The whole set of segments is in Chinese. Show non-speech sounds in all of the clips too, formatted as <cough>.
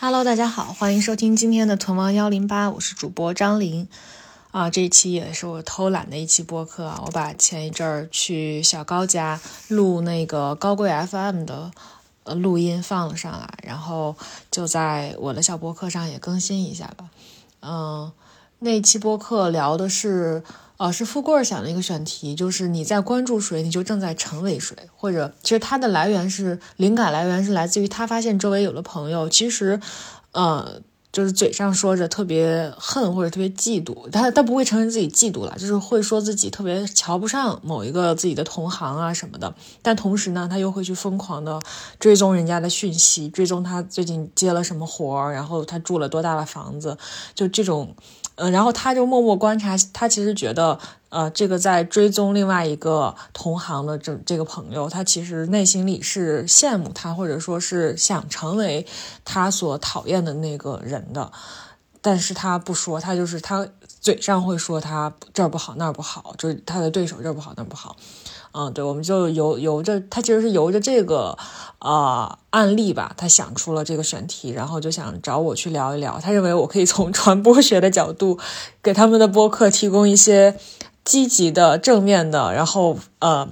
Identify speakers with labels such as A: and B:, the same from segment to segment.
A: Hello，大家好，欢迎收听今天的屯王幺零八，我是主播张琳。啊，这一期也是我偷懒的一期播客啊，我把前一阵儿去小高家录那个高贵 FM 的呃录音放了上来，然后就在我的小播客上也更新一下吧。嗯，那期播客聊的是，呃，是富贵儿想的一个选题，就是你在关注谁，你就正在成为谁，或者其实它的来源是灵感来源是来自于他发现周围有的朋友，其实，呃，就是嘴上说着特别恨或者特别嫉妒，他他不会承认自己嫉妒了，就是会说自己特别瞧不上某一个自己的同行啊什么的，但同时呢，他又会去疯狂的追踪人家的讯息，追踪他最近接了什么活儿，然后他住了多大的房子，就这种，嗯、然后他就默默观察，他其实觉得，呃，这个在追踪另外一个同行的这这个朋友，他其实内心里是羡慕他，或者说是想成为他所讨厌的那个人的，但是他不说，他就是他嘴上会说他这儿不好那儿不好，就是他的对手这儿不好那儿不好。嗯，对，我们就由由着他其实是由着这个呃案例吧，他想出了这个选题，然后就想找我去聊一聊。他认为我可以从传播学的角度，给他们的播客提供一些积极的、正面的，然后呃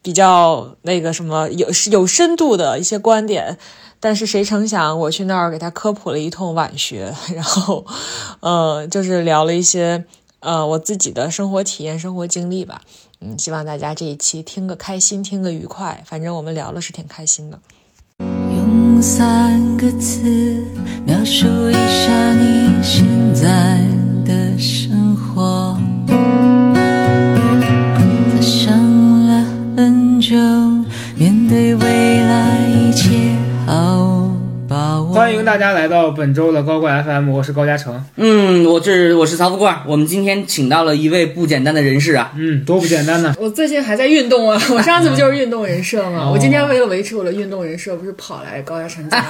A: 比较那个什么有有深度的一些观点。但是谁成想，我去那儿给他科普了一通晚学，然后呃就是聊了一些呃我自己的生活体验、生活经历吧。嗯，希望大家这一期听个开心，听个愉快。反正我们聊了是挺开心的。
B: 用三个词描述一下你现在的生活。他想了很久，面对未来一切好把
A: 哦
B: 握。
C: 欢迎大家来到本周的高贵 FM，我是高嘉诚。
D: 嗯，我是我是曹富贵儿，我们今天请到了一位不简单的人士啊， <laughs>
C: 嗯，多不简单呢！
A: 我最近还在运动啊，我上次不就是
D: 嗯
A: 运动人设
D: 哦
A: 吗？我今天为了维持我的运动人设，不是跑来高压山家吗，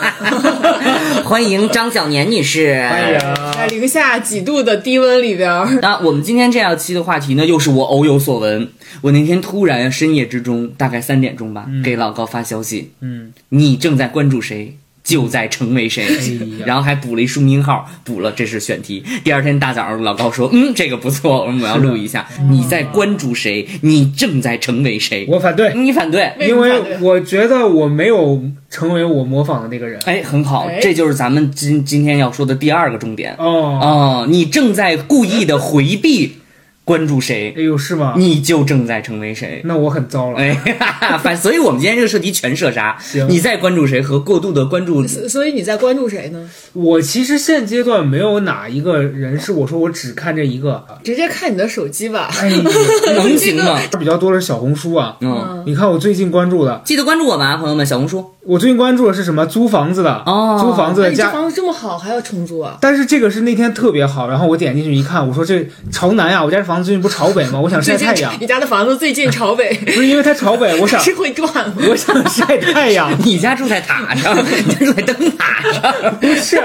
D: <laughs> 欢迎张小年女士。
A: 哎
C: 欢迎。
A: 在零下几度的低温里边儿，
D: 那我们今天这样期的话题呢，又是我偶有所闻。我那天突然深夜之中，大概三点钟吧，给老高发消息，
C: 嗯，
D: 你正在关注谁，就在成为谁，
C: 哎呀
D: 然后还补了一书名号，补了这是选题。第二天大早上，老高说，嗯，这个不错，我要录一下。你在关注谁，你正在成为谁。
C: 嗯我反对，
D: 你反对，
A: 什
C: 因
A: 么反对
C: 为我觉得我没有成为我模仿的那个人。
D: 哎，很好
A: 哎，
D: 这就是咱们今今天要说的第二个重点。
C: 哦，
D: 哦，你正在故意的回避关注谁，
C: 哎呦，是吗？
D: 你就正在成为谁。
C: 那我很糟了。
D: 哎， <laughs> 哈哈，反所以我们今天这个设题全射杀
C: 行，
D: 你在关注谁和过度的关注，
A: 所以你在关注谁呢？
C: 我其实现阶段没有哪一个人是我说我只看这一个。
A: 直接看你的手机吧。
C: 哎，
D: 能 <laughs> 行吗？
C: <laughs> 比较多的是小红书啊。
D: 嗯，
C: 你看我最近关注的，
D: 记得关注我们啊，朋友们，小红书。
C: 我最近关注的是什么？租房子的，
D: 哦
C: 租房子
A: 那
C: 的
A: 你这
C: 家。
A: 房子这么好，还要重租啊？
C: 但是这个是那天特别好，然后我点进去一看，我说这朝南啊呀、我家这房子最近不朝北吗？我想晒
A: 最近
C: 太阳，
A: 你家的房子最近朝北，
D: <laughs>
C: 不是因为它朝北，我想
A: 是会转吗？
C: 我想晒太阳，
D: <laughs> 你家住在塔上， <laughs> 你家住在灯塔上，
C: 不
D: <laughs>
C: 是，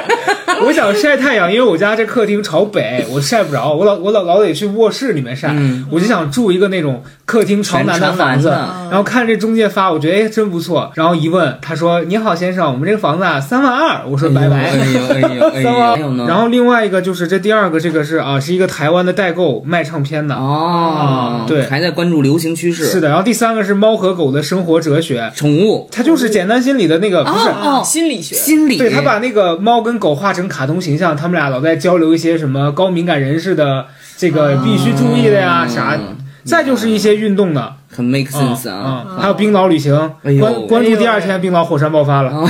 C: 我想晒太阳，因为我家这客厅朝北，我晒不着，我老我老老得去卧室里面晒，
D: 嗯
C: 我就想住一个那种客厅朝南的房子，
D: 全朝南
C: 然后看这中介发，我觉得哎真不错，然后一问，他说你好先生，我们这个房子啊三万二，我说拜拜。 <laughs>
D: 哎呦哎呦哎呦，还有呢？
C: 然后另外一个就是这第二个，这个是啊，是一个台湾的代购卖唱片的，
D: 哦，
C: 对
D: 还在关注流行趋势，
C: 是的。然后第三个是猫和狗的生活哲学，
D: 宠物
C: 它就是简单心理的那个，不是，
D: 哦
A: 心理学。
D: 心理，
C: 对他把那个猫跟狗画成卡通形象，他们俩老在交流一些什么高敏感人士的这个
D: 啊
C: 必须注意的呀、啥，
D: 嗯
C: 再就是一些运动的，
D: 很 make
C: 嗯
D: sense 啊。
C: 嗯，还有冰岛旅行，
D: 哎呦啊
C: 关关注第二天冰岛火山爆发了，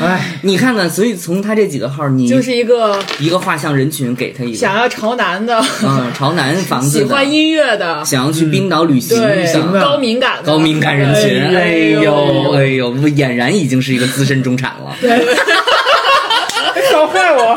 C: 哎，
D: <laughs>
C: <laughs>
D: 你看看，所以从他这几个号，你
A: 就是一个
D: 一个画像人群给他一个，
A: 想要朝南的，
D: 嗯，朝南房
A: 喜
D: 子的，
A: 欢音乐的，
D: 想要去冰岛旅行
A: 对
C: 行
D: 的
C: 的
A: 高敏感的
D: 高敏感人群，
C: 哎
D: 哎
C: 呦
D: 呦哎呦，俨然已经是一个资深中产了。
C: 搞坏我，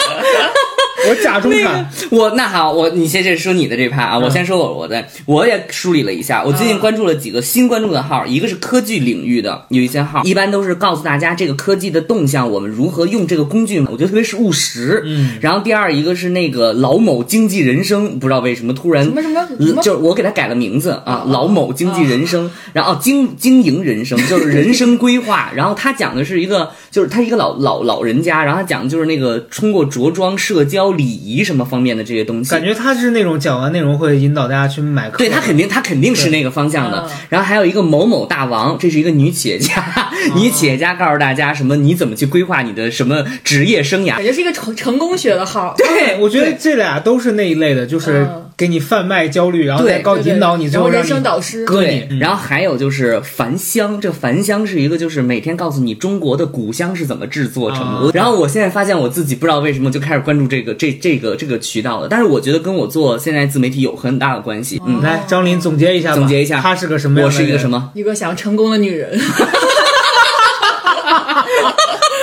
C: 我假大中
D: 那个
C: 产，
D: 我那好，我你先先说你的这趴啊，我先说我我的，我也梳理了一下，我最近关注了几个新关注的号，一个是科技领域的，有一些号一般都是告诉大家这个科技的动向，我们如何用这个工具，我觉得特别是务实。嗯，然后第二一个是那个老某经济人生，不知道为什么突然
A: 什么什么嗯什么
D: 嗯
A: 哦
D: 就是我给他改了名字啊，老某经济人生，然后经经营人生就是人生规划，然后他讲的是一个就是他一个老老老人家，然后他讲的就是那个通过着装、社交、礼仪什么方面的这些东西，
C: 感觉他是那种讲完内容会引导大家去买课。
D: 对他肯定，他肯定是那个方向的
A: 嗯。
D: 然后还有一个某某大王，这是一个女企业
A: 哦
D: 家，女企业家告诉大家什么，你怎么去规划你的什么职业生涯
A: 感。觉是一个成成功学的号。
C: 对，我觉得这俩都是那一类的，就是
A: 嗯
C: 给你贩卖焦虑，然后
D: 对
C: 再告
A: 对对
C: 引导你，最
A: 然后
C: 后让
A: 人
C: 你
A: 生导师，
C: 割
D: 对
C: 你，。嗯
D: 然后还有就是樊香，这樊香是一个就是每天告诉你中国的古香是怎么制作成的。
C: 啊
D: 然后我现在发现我自己不知道为什么就开始关注这个这这个这个渠道了，但是我觉得跟我做现在自媒体有很大的关系。嗯，
C: 来，张琳总结一下吧，
D: 总结一下，
C: 他是个啊什么样
D: 我
C: 的人？
D: 是一个什么？
A: 一个想成功的女人，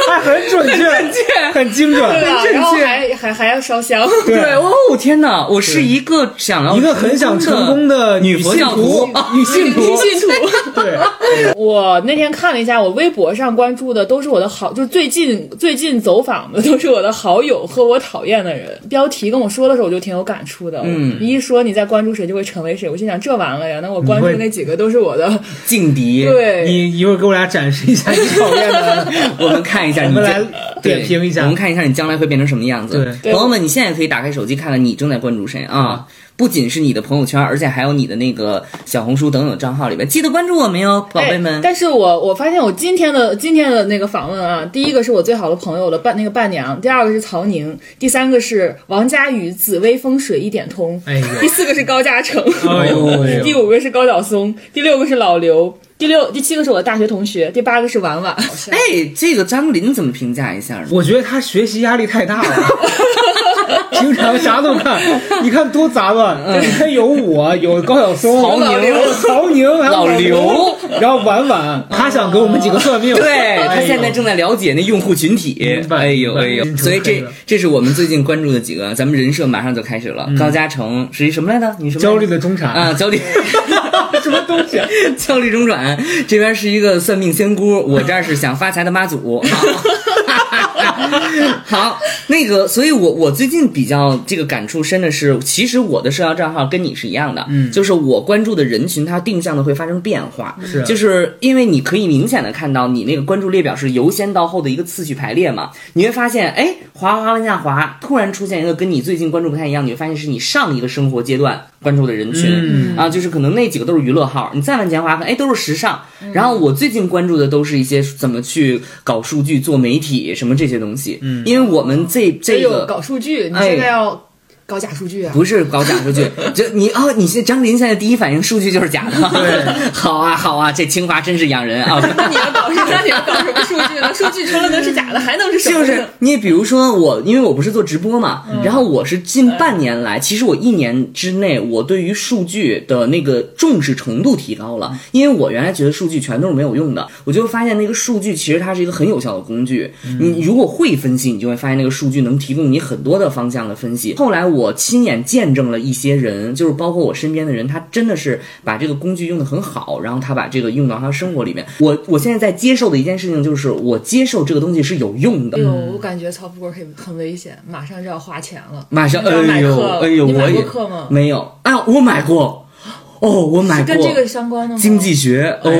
C: 哎，很准确，很精准，
A: 对啊，
C: <laughs> 很
A: 然后
C: 正确。
A: 还还还要烧
C: <laughs>
A: 香，
D: 对，哦天哪，我是一个想要
C: 一个很想成
D: 的
C: 功的
D: 女
C: 女
D: 佛
C: 性
D: 教
C: 徒
D: 徒，
C: 女性徒，
A: <laughs> 信徒。 <laughs>
C: 对，
A: 我那天看了一下，我微博上关注的都是我的好，就是最近最近走访的都是我的好友和我讨厌的人。标题跟我说的时候，我就挺有感触的。嗯，一说你在关注谁就会成为谁，我心想这完了呀，那我关注
C: 你会
A: 那几个都是我的。
D: 劲敌。，
A: 对，
C: 你一会儿给我俩展示一下你讨厌的，
D: 我们看一下
C: 我
D: 你
C: 们
D: 这
C: 来
D: 对
C: 点评一
D: 我
C: 下
D: 们。看一下你将来会变成什么样子。
A: 对
D: 朋友们，你现在可以打开手机看看你正在关注谁啊。不仅是你的朋友圈，而且还有你的那个小红书等等账号里边，记得关注我们哟，宝贝
A: 哎
D: 们。
A: 但是我我发现我今天的今天的那个访问啊，第一个是我最好的朋友的伴那个伴娘，第二个是曹宁，第三个是王佳宇《紫薇风水一点通》
C: 哎呦
A: 第四个是高嘉诚，
C: 哎呦哎呦
A: 第五个是高晓松，第六个是老刘，第六第七个是我的大学同学，第八个是婉婉。
D: 哎，这个张琳怎么评价一下呢？
C: 我觉得他学习压力太大了，平常啥都看，你看多杂乱，你看有我，有高晓松，
D: 曹宁
C: 有曹宁，还有
D: 老刘，
C: 然后婉婉，他想给我们几个算命，
D: 对他
C: 哎呦
D: 现在正在了解那用户群体
C: 明，白
D: 哎呦哎呦
C: 明，白
D: 所以
C: 明
D: 这
C: 白
D: 这是我们最近关注的几个，咱们人设马上就开始了。高嘉诚是一什么来着？你什么来着
C: 嗯焦虑的中产
D: 啊，焦虑。
C: <laughs> 什么东
D: <laughs>
C: 西？啊
D: 焦虑中转，这边是一个算命仙姑，我这儿是想发财的妈祖。 <laughs> 好，那个，所以我我最近比较这个感触深的是，其实我的社交账号跟你是一样的，嗯，就是我关注的人群，它定向的会发生变化，
C: 是
D: 就是因为你可以明显的看到你那个关注列表是由先到后的一个次序排列嘛，你会发现，哎，滑滑往下滑，突然出现一个跟你最近关注不太一样，你会发现是你上一个生活阶段关注的人群，
C: 嗯
D: 啊，就是可能那几个都是娱乐号，你再往前滑看，哎，都是时尚。然后我最近关注的都是一些怎么去搞数据、做媒体什么这些东西。嗯，因为我们这
A: 还
D: 这
A: 有
D: 个
A: 搞数据，你
D: 哎
A: 现在要搞假数据啊？
D: 不是搞假数据，就你哦，你现张琳现在第一反应数据就是假的。
C: 对，
D: <laughs> 好啊好啊，这清华真是养人啊。 <laughs>
A: 那你要搞什么？ <laughs> 那你要搞什么数据呢？数据除了能是假的，还能是什么呢？
D: 就是你比如说我，因为我不是做直播嘛，然后我是近半年来，其实我一年之内，我对于数据的那个重视程度提高了，因为我原来觉得数据全都是没有用的，我就发现那个数据其实它是一个很有效的工具。你如果会分析，你就会发现那个数据能提供你很多的方向的分析。后来我亲眼见证了一些人，就是包括我身边的人，他真的是把这个工具用的很好，然后他把这个用到他生活里面。我我现在在接受的一件事情就是，我接受这个东西是有用的
A: 哎。呦，我感觉曹富贵很很危险，马上就要花钱了。
D: 马上，
A: 你知道
D: 哎
A: 买
D: 呦
A: 课，
D: 哎呦，
A: 你
D: 我
A: 买
D: 也
A: 过课吗？
D: 没有啊，我买过，哦，我买过
A: 跟这个相关的吗？
D: 经济学，哦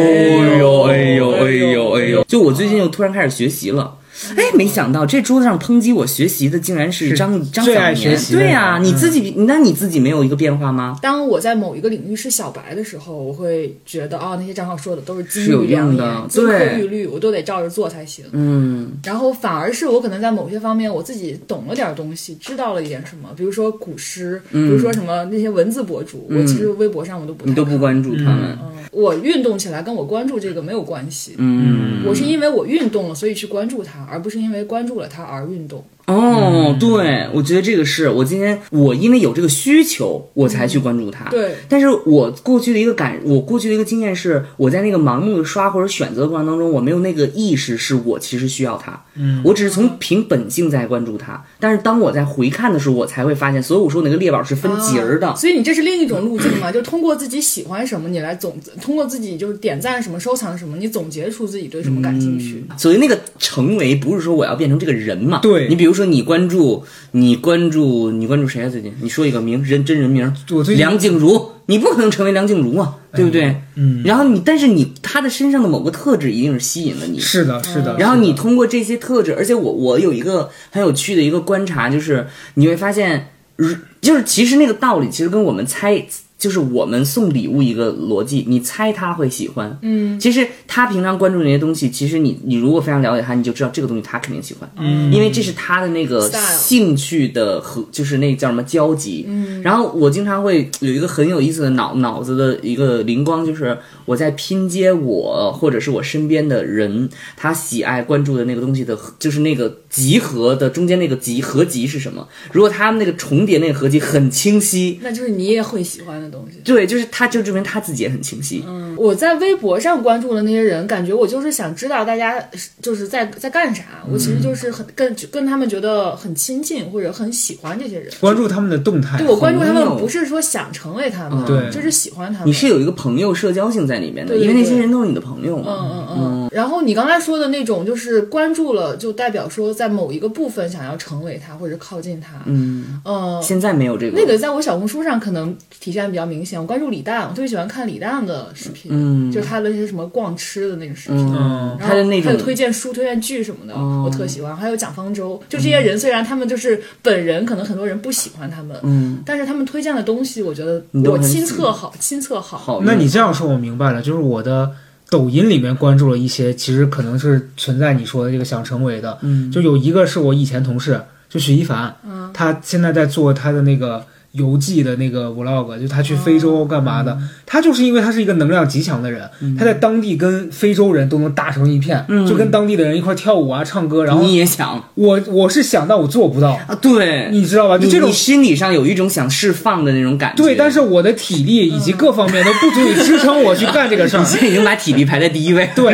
D: 呦，哎呦，哎呦，哎呦，就我最近又突然开始学习了。哎，没想到这桌子上抨击我学习的，竟然是张张
C: 最
D: 小
C: 爱学
D: 年。
C: 习的
D: 对
C: 人嗯
D: 呀、你自己，那你自己没有一个变化吗？
A: 当我在某一个领域是小白的时候，我会觉得哦，那些账号说的都是金
D: 是有
A: 玉良
D: 用的
A: 言、金科
D: 对
A: 玉律，我都得照着做才行。
D: 嗯，
A: 然后反而是我可能在某些方面我自己懂了点东西，知道了一点什么，比如说古诗，比如说什么那些文字博主，我其实微博上我都不太
D: 嗯你都不
A: 看
D: 关注他们，
A: 我运动起来跟我关注这个没有关系。
D: 嗯，
A: 我是因为我运动了，所以去关注它，而不是因为关注了它而运动。
D: 哦，对，我觉得这个是我今天我因为有这个需求，我才去关注他。
A: 对，
D: 但是我过去的一个感，我过去的一个经验是，我在那个盲目的刷或者选择的过程当中，我没有那个意识，是我其实需要它。嗯，我只是从凭本性在关注它，但是当我在回看的时候，我才会发现，所以我说那个列表是分节儿的。
E: 所以你这是另一种路径嘛？就通过自己喜欢什么，你来总通过自己就是点赞什么、收藏什么，你总结出自己对什么感兴趣。
D: 所以那个成为不是说我要变成这个人嘛？
C: 对
D: 你比如说你关注你关注你关注谁啊？最近你说一个名人真人名，
C: 我最近哎
D: 梁静茹，你不可能成为梁静茹啊，对不对？嗯。然后你，但是你他的身上的某个特质一定是吸引了你。
C: 是的，是的。
D: 然后你通过这些特质，而且我我有一个很有趣的一个观察，就是你会发现，如就是其实那个道理其实跟我们猜，就是我们送礼物一个逻辑，你猜他会喜欢，嗯，其实他平常关注那些东西，其实你你如果非常了解他，你就知道这个东西他肯定喜欢，嗯，因为这是他的那个
E: Style
D: 兴趣的和就是那叫什么交集，嗯，然后我经常会有一个很有意思的脑脑子的一个灵光，就是我在拼接我或者是我身边的人他喜爱关注的那个东西的，就是那个集合的中间那个集合集是什么？如果他们那个重叠那个合集很清晰，
E: 那就是你也会喜欢的东西。
D: 对，就是他就证明他自己也很清晰，
E: 我在微博上关注的那些人，感觉我就是想知道大家就是在在干啥。我其实
D: 嗯
E: 就是很跟跟他们觉得很亲近或者很喜欢这些人。
C: 关注他们的动态，
E: 对我关注他
D: 朋
E: 们
D: 友嗯
E: 不是说想成为他们，
C: 对
E: 就是喜欢他们。
D: 你是有一个朋友社交性在里面的，
E: 对对
D: 因为那些
E: 对
D: 人都是你的朋友嘛，
E: 嗯嗯嗯。然后你刚才说的那种，就是关注了，就代表说在某一个部分想要成为他或者靠近他。嗯呃，
D: 现在没有这个
E: 那个在我小红书上可能体现比较明显。我关注李诞，我特别喜欢看李诞的视频，嗯，就是他的那些什么逛吃的那个视频。
C: 嗯，
D: 他
E: 然后
D: 的那
E: 还有
D: 种哦
E: 推荐书、推荐剧什么的，我特喜欢。还有蒋方舟，就这些人，虽然他们就是本人，可能很多人不喜欢他们，嗯，但是他们推荐的东西，我觉得
D: 你都
E: 我
D: 很
E: 亲
D: 喜
E: 测好，亲测好，
D: 好的。
C: 那你这样说，我明白了，就是我的抖音里面关注了一些，其实可能是存在你说的这个想成为的。嗯，就有一个是我以前同事，就许一凡，嗯，他现在在做他的那个。游记的那个 vlog，就他去非洲干嘛
D: 哦嗯
C: 的，他就是因为他是一个能量极强的人，他在当地跟非洲人都能打成一片，就跟当地的人一块跳舞啊、唱歌。然后
D: 嗯你也想
C: 我我是想，但我做不到，
D: 啊？对，
C: 你知道吧？就
D: 你
C: 这种
D: 你心理上有一种想释放的那种感觉。
C: 对，但是我的体力以及各方面都不足以支撑我去干这个事儿
D: <laughs> 你。 <laughs> 现在已经把体力排在第一位。
C: 对，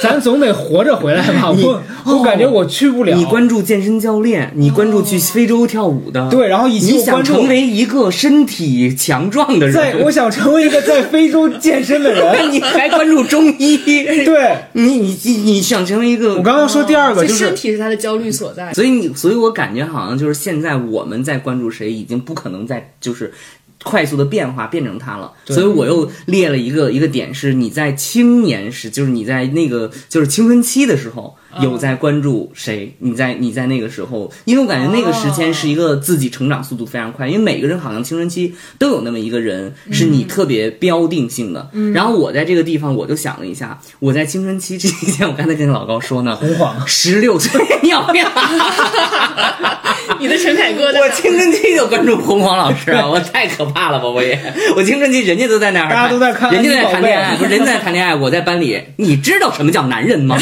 C: 咱总得活着回来吧。
D: 你
C: 我我感觉我去不了。
D: 你关注健身教练，你关注去非洲跳舞的，
C: 对，然后以及
D: 你
C: 我
D: 想
C: 关注
D: 成为一个身体强壮的人，
C: 在，我想成为一个在非洲健身的人。
D: <laughs> 你还关注中医，
C: <laughs>
D: 对，
C: 对，
D: <laughs> 你你你你想成为一个，
C: 我刚刚说第二个
E: 所以
C: 就
E: 身
C: 是，
E: 体是他的焦虑所在。
D: 所以你，所以我感觉好像就是现在我们在关注谁，已经不可能再就是快速的变化变成他了。所以我又列了一个一个点是，你在青年时，就是你在那个就是青春期的时候，有在关注谁？你在你在那个时候，因为我感觉那个时间是一个自己成长速度非常快，因为每个人好像青春期都有那么一个人是你特别标定性的。然后我在这个地方，我就想了一下，我在青春期这一天，我刚才跟老高说呢，
C: 洪晃
D: 十六岁，你要不要？
E: 你的陈凯歌在哪
D: 我青春期就关注洪荒老
C: <laughs>
D: 师啊，我太可怕了吧！我也，我青春期人家都在那儿，
C: 大家都在看
D: 人家在谈恋爱，
C: <laughs> 安妮宝贝
D: 不是人家在谈恋爱，我在班里，你知道什么叫男
C: <laughs>
D: 人吗？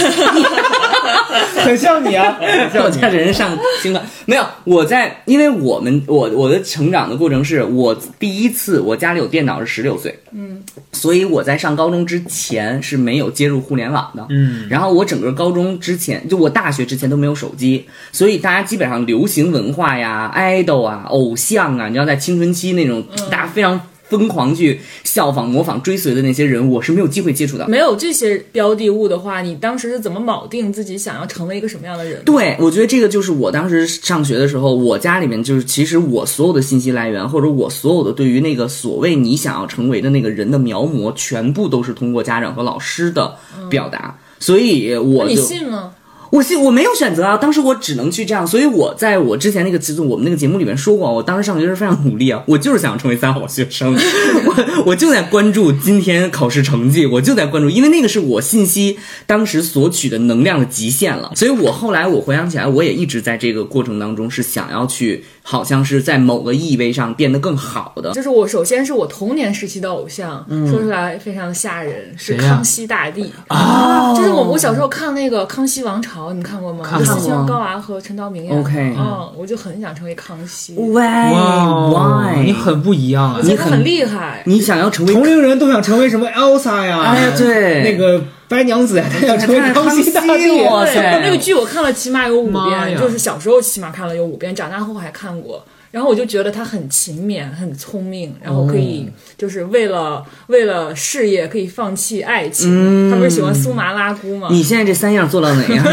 C: 很像你啊，很
D: 我
C: 像
D: 在
C: 你。
D: 人上新冠没有，我在，因为我们我我的成长的过程是我第一次我家里有电脑是十六岁，嗯，所以我在上高中之前是没有接入互联网的，嗯，然后我整个高中之前就我大学之前都没有手机，所以大家基本上流行文化呀、idol 啊、偶像啊，你知道在青春期那种大家非常。疯狂去效仿、模仿、追随的那些人，我是没有机会接触到的。
E: 没有这些标的物的话，你当时是怎么锚定自己想要成为一个什么样的人？
D: 对，我觉得这个就是我当时上学的时候，我家里面就是，其实我所有的信息来源，或者我所有的对于那个所谓你想要成为的那个人的描摹，全部都是通过家长和老师的表达。所以我
E: 你
D: 就
E: 信吗？
D: 我信我没有选择啊，当时我只能去这样，所以我在我之前那个就是我们那个节目里面说过，我当时上学是非常努力啊，我就是想成为三好学
C: <laughs>
D: 生，我我就在关注今天考试成绩，我就在关注，因为那个是我信息当时索取的能量的极限了，所以我后来我回想起来，我也一直在这个过程当中是想要去，好像是在某个意味上变得更好的，
E: 就是我首先是我童年时期的偶像，说出来非常的吓人，是
C: 谁呀
E: 康熙大帝啊！就是我我小时候看那个《康熙王朝》，槽》，你们看过吗？
C: 看过
E: 是像高娃和陈道明演的。
D: OK
E: 嗯，我就很想成为康熙，
D: 喂
C: 哇
D: ，why？
C: 哦你很不一样啊
E: 我！觉得很厉害。
D: 你想要成为
C: 同龄人都想成为什么 Elsa 呀？
D: 哎呀对
C: 那个白娘子呀，他想成为康熙大
D: 康熙
C: 帝。
D: 哇
E: 对
D: 塞
E: 那个剧我看了起码有五
C: 妈
E: 遍，
C: 呀
E: 就是小时候起码看了有五遍，长大后还看过。然后我就觉得他很勤勉，很聪明，然后可
D: 哦
E: 以就是为了、为了事业可以放弃爱情。他不是喜欢苏麻拉姑吗？
D: 嗯你现在这三样做到哪样？ <laughs>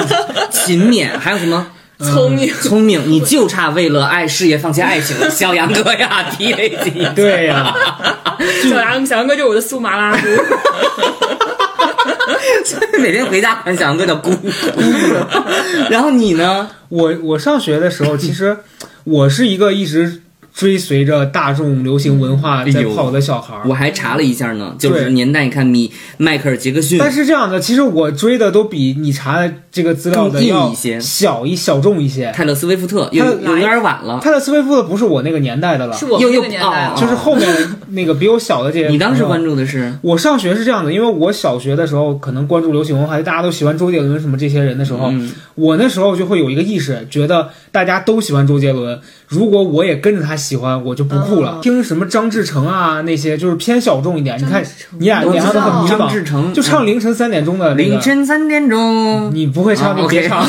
D: 勤勉，还有什么？
E: 聪明，
D: <laughs> 聪明，你就差为了爱事业放弃爱情了， <laughs> 小杨哥呀，T A G，
C: 对
D: <laughs>
C: 呀、
D: 嗯
E: 小杨小杨哥就是我的苏麻拉姑。
D: 每天回家管小杨哥叫姑姑。 <laughs> 然后你呢？
C: 我我上学的时 <laughs> 候，其实我是一个一直追随着大众流行文化在跑的小孩儿。
D: 我还查了一下呢，就
C: 对
D: 是年代，你看米迈克尔杰克逊，
C: 但是这样的，其实我追的都比你查的这个资料的
D: 更硬
C: 要
D: 一些
C: 小一小众一些。
D: 泰勒斯威夫特，有
C: 他
D: 有点晚了。
C: 泰勒·斯威夫特不是我那个年代的了，
E: 是我们
D: 又
E: 那
D: 又
E: 个年代
D: 哦
E: 了，
C: 就是后面那个比我小的这些。
D: 你当时关？注的是
C: <laughs> 我上学是这样的，因为我小学的时候可能关注流行文化，大家都喜欢周杰伦什么这些人的时候，我那时候就会有一个意识，觉得大家都喜欢周杰伦，如果我也跟着他喜欢，我就不酷了。听什么张志成啊那些，就是偏小众一点。你看
E: 张志成
C: 你俩
D: 我
C: 脸上
D: 知
C: 都
D: 道
C: 很迷
D: 张志成
C: 茫，就唱凌晨三点钟的那个
D: 凌晨三点钟。
C: 你不会唱
D: 啊
C: 就别唱，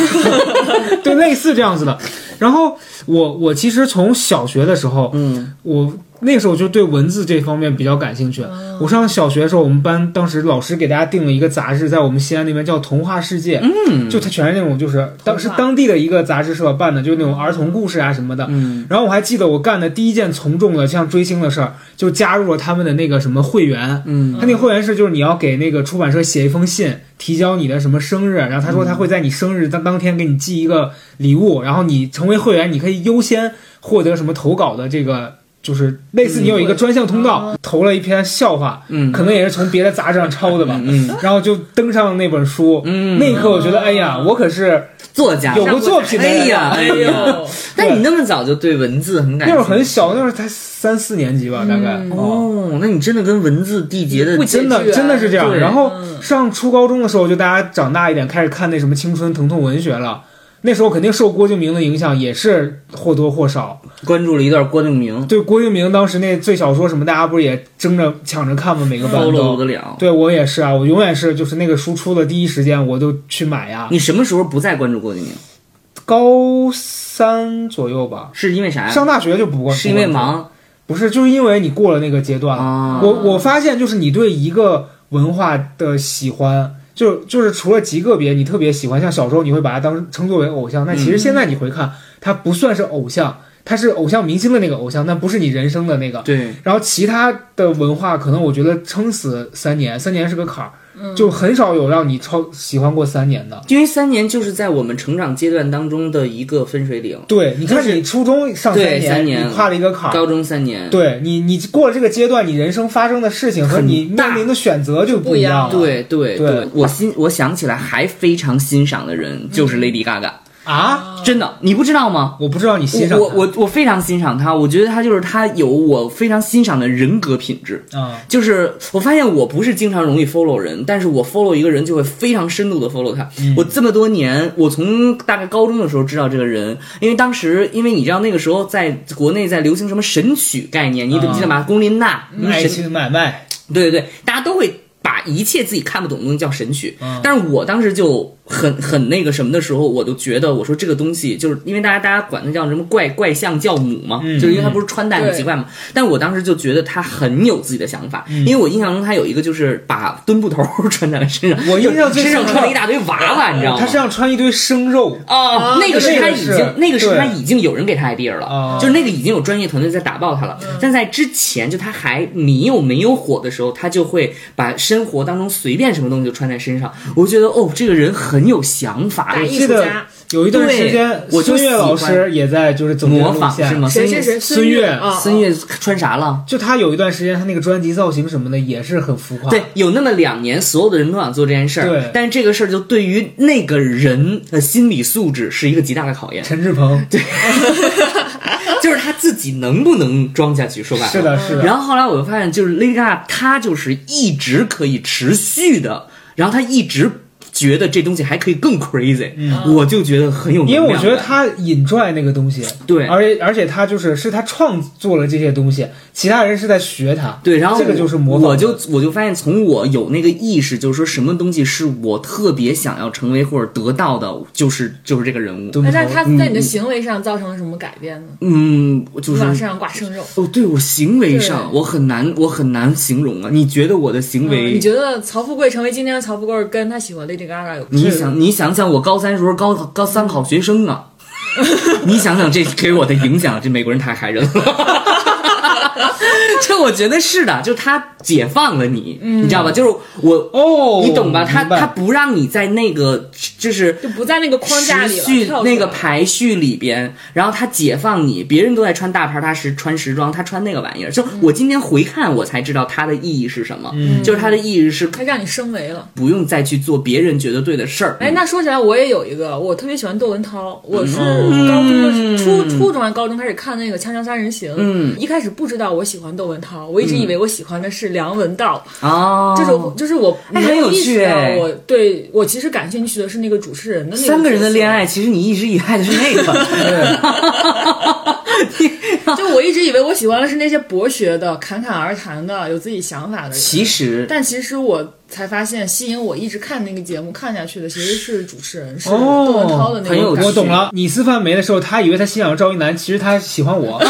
C: 对，类似这样子的。然后我我其实从小学的时候，
D: 嗯，
C: 我那时候就对文字这方面比较感兴趣。我上小学的时候，我们班当时老师给大家订了一个杂志，在我们西安那边叫《童话世界》，嗯，就它全是那种就是当时当地的一个杂志社办的，就是那种儿童故事啊什么的。嗯，然后我还记得我干的第一件从众的像追星的事儿，就加入了他们的那个什么会员，嗯，他那个会员是就是你要给那个出版社写一封信，提交你的什么生日，然后他说他会在你生日当当天给你寄一个礼物，然后你成为会员，你可以优先获得什么投稿的这个。就是类似你有一个专项通道，投了一篇笑话，
D: 嗯
C: 可能也是从别的杂志上抄的吧，然后就登上了那本书，
D: 嗯
C: 那一刻我觉得，哎呀，我可是
D: 作家
C: 有过啊作品的人
D: 哎呀
E: 哎
D: 哎呀
E: 呦，
D: 但你那么早就对文字很感
C: 那
D: 兴
C: 会
D: 趣，
C: 儿很小，那会儿才三四年级吧，大概。哦，
D: 哦，那你真的跟文字缔结的
E: 不
C: 真的
E: 解决
C: 真的是这样。
D: 对嗯
C: 然后上初高中的时候，就大家长大一点，开始看那什么青春疼痛文学了。那时候肯定受郭敬明的影响，也是或多或少。
D: 关注了一段郭敬明
C: 对郭敬明当时那最小说什么，大家不是也争着抢着看吗？每个班
D: ，follow
C: 都
D: 得。了。
C: 对我也是啊，我永远是就是那个书出的第一时间我就去买呀。
D: 你什么时候不再关注郭敬明？
C: 高三左右吧，
D: 是因为啥呀？
C: 上大学就不关
D: 是因为
C: 不关注
D: 忙
C: 不是，就是因为你过了那个阶段了。
D: 啊
C: 我我发现，就是你对一个文化的喜欢，就就是除了极个别你特别喜欢，像小时候你会把它当称作为偶像，那其实现在你回看，它不算是偶像，它是偶像明星的那个偶像，那不是你人生的那个。
D: 对，
C: 然后其他的文化，可能我觉得撑死三年，三年是个坎儿，
D: 嗯
C: 就很少有让你超喜欢过三年的。
D: 因为三年就是在我们成长阶段当中的一个分水岭，
C: 对，你看你初中上三
D: 对三年
C: 你跨了一个坎儿，
D: 高中三年。
C: 对你，你过了这个阶段，你人生发生的事情和你
D: 很大
C: 面临的选择就不
E: 不一
C: 样
E: 样
C: 了。
D: 对对
C: 对
D: 我欣我想起来还非常欣赏的
C: 嗯
D: 人就是 Lady Gaga，、
C: 啊，
D: 真的，你不知道吗？
C: 我不知道你欣赏
D: 我我
C: 我
D: 我我非常欣赏她，我觉得她就是她有我非常欣赏的人格品质。
C: 啊，
D: 就是我发现我不是经常容易 follow 人，但是我 follow 一个人就会非常深度的 follow 他。
C: 嗯
D: 我这么多年，我从大概高中的时候知道这个人，因为当时因为你知道那个时候在国内在流行什么神曲概念，你怎么记得吗？龚琳娜，
C: 啊爱
D: 神
C: 情买卖
D: 对对对，大家都会把一切自己看不懂的东西叫神曲。
C: 嗯
D: 但是我当时就很很那个什么的时候，我就觉得我说这个东西就是因为大家大家管它叫什么怪怪象教母嘛，
C: 嗯
D: 就是因为它不是穿戴很奇怪嘛。但我当时就觉得他很有自己的想法，
C: 嗯
D: 因为我印象中他有一个就是把墩布头 <laughs> 穿在了身上，
C: 我印象
D: 就
C: 最
D: 是身上
C: 深刻
D: 穿了一大堆娃娃，你知道吗？
C: 他身上穿一堆生肉，
D: 哦，那个是
C: 啊那
D: 他
C: 个
D: 已
C: 是
D: 经，那个是
C: 对
D: 他已经有人给他 idea
C: 哦
D: 了，就是那个已经有专业团队在打爆他了。
C: 嗯
D: 但在之前，就他还米有没有火的时候，他就会把生活当中随便什么东西就穿在身上。我就觉得哦，这个人很有想法
E: 打，
C: 我
E: 印
C: 记
E: 艺术
C: 得
E: 家
C: 有一段时间，
D: 对我就
C: 孙悦老
D: 喜
C: 师
D: 欢
C: 也在就是走这个
D: 模
C: 路
D: 仿
C: 线
D: 是吗？？
E: 谁谁谁，
C: 孙悦
E: 悦啊，
D: 孙悦穿啥了？
C: 就他有一段时间，他那个专辑造型什么的也是很浮夸。
D: 对，有那么两年，所有的人都想做这件事
C: 对
D: 儿，但是这个事儿就对于那个人的心理素质是一个极大的考验。
C: 陈志朋，对，
D: 就是他自己能不能装下去，说白了
C: 是的是的
D: 然后后来我就发现，就是 Lady Gaga，她就是一直可以持续的，然后她一直。觉得这东西还可以更 crazy，、我就觉得很有能
C: 嗯因
D: 量
C: 为
D: 感。
C: 我觉得他引拽那个东西，
D: 对
C: 而且而且他就是是他创作了这些东西，其他人是在学他，
D: 对，然后
C: 这个
D: 我
C: 就是模仿，
D: 我就我就发现，从我有那个意识，就是说什么东西是我特别想要成为或者得到的，就是就是这个人物。
C: 对
E: 哎那但是他在你的行为上造成了什么改变呢？
D: 嗯，我就
E: 你
D: 是
E: 往身上挂生肉，
D: 哦，对我行为上我很难，我很难形容啊。你觉得我的行为？
E: 嗯你觉得曹富贵成为今天的曹富贵，跟他喜欢 Lady Gaga 有关？
D: 你想，你想想，我高三时候高高三好学生啊， <laughs> 你想想这给我的影响，这美国人太害人了。 <laughs> 这我觉得是的，就他解放了你，
E: 嗯
D: 你知道吧？就是我，
C: 哦，
D: 你懂吧？他
C: 明白
D: 他不让你在那个就是
E: 就不在那个框架里
D: 时
E: 了，
D: 序
E: 跳出来
D: 那个排序里边，然后他解放你，别人都在穿大牌，他时穿时装，他穿那个玩意儿。就
E: 嗯
D: 我今天回看，我才知道它的意义是什么，就是它的意义是
E: 他让你升维了。
D: 不用再去做别人觉得对的事儿。
E: 哎，那说起来我也有一个，我特别喜欢窦文涛，我是
D: 嗯哦
E: 高中初初中还是高中开始看那个《锵锵三人行》，
D: 嗯，
E: 一开始不知道我喜欢窦文涛，我一直以为我喜欢的是梁文道，
D: 哦，
E: 就是我就是我
D: 哎
E: 没有意识到
D: 很有趣哎
E: 我对我其实感兴趣的是那个主持人的那个
D: 三个人的
E: 角色
D: 恋爱，其实你一直以爱的是那 <laughs> 个。
E: 就我一直以为我喜欢的是那些博学的、侃侃而谈的、有自己想法的人。
D: 其实，
E: 但其实我才发现，吸引我一直看那个节目看下去的，其实是主持人，是窦
C: 哦
E: 文涛的那
D: 很有
E: 个
D: 趣
E: 感
C: 我
E: 觉。
C: 懂了。你撕范梅的时候，他以为他欣赏赵一楠，其实他喜欢
D: <laughs>
C: 我。
D: 哦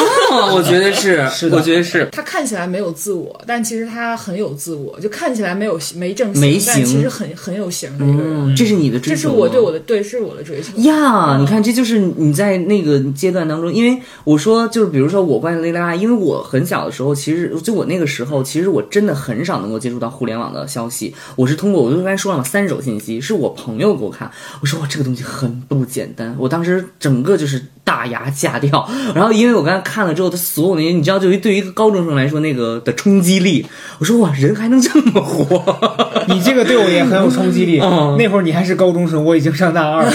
D: 我觉得是，
C: 是的
D: 我觉得是。
E: 他看起来没有自我，但其实他很有自我，就看起来没有没正
D: 没
E: 形，但
D: 形
E: 其实很很有型的一个人。
D: 嗯，这是你的追
E: 这
D: 求，
E: 是我对我的对，是我的追求。
D: 呀，你看，这就是你在那个阶段当中，因为我说就是，比如说我关于雷拉，因为我很小的时候，其实就我那个时候，其实我真的很少能够接触到互联网的消息。我是通过我就刚才说了嘛，三手信息是我朋友给我看，我说哇，这个东西很不简单，我当时整个就是大牙下掉。然后因为我刚才看了之后，他所有那些，你知道，对于对于一个高中生来说，那个的冲击力，我说哇，人还能这么活。
C: 你这个对我也很有冲击力。
D: 嗯
C: 那会儿你还是高中生，我已经上大
D: <laughs>
C: 二了。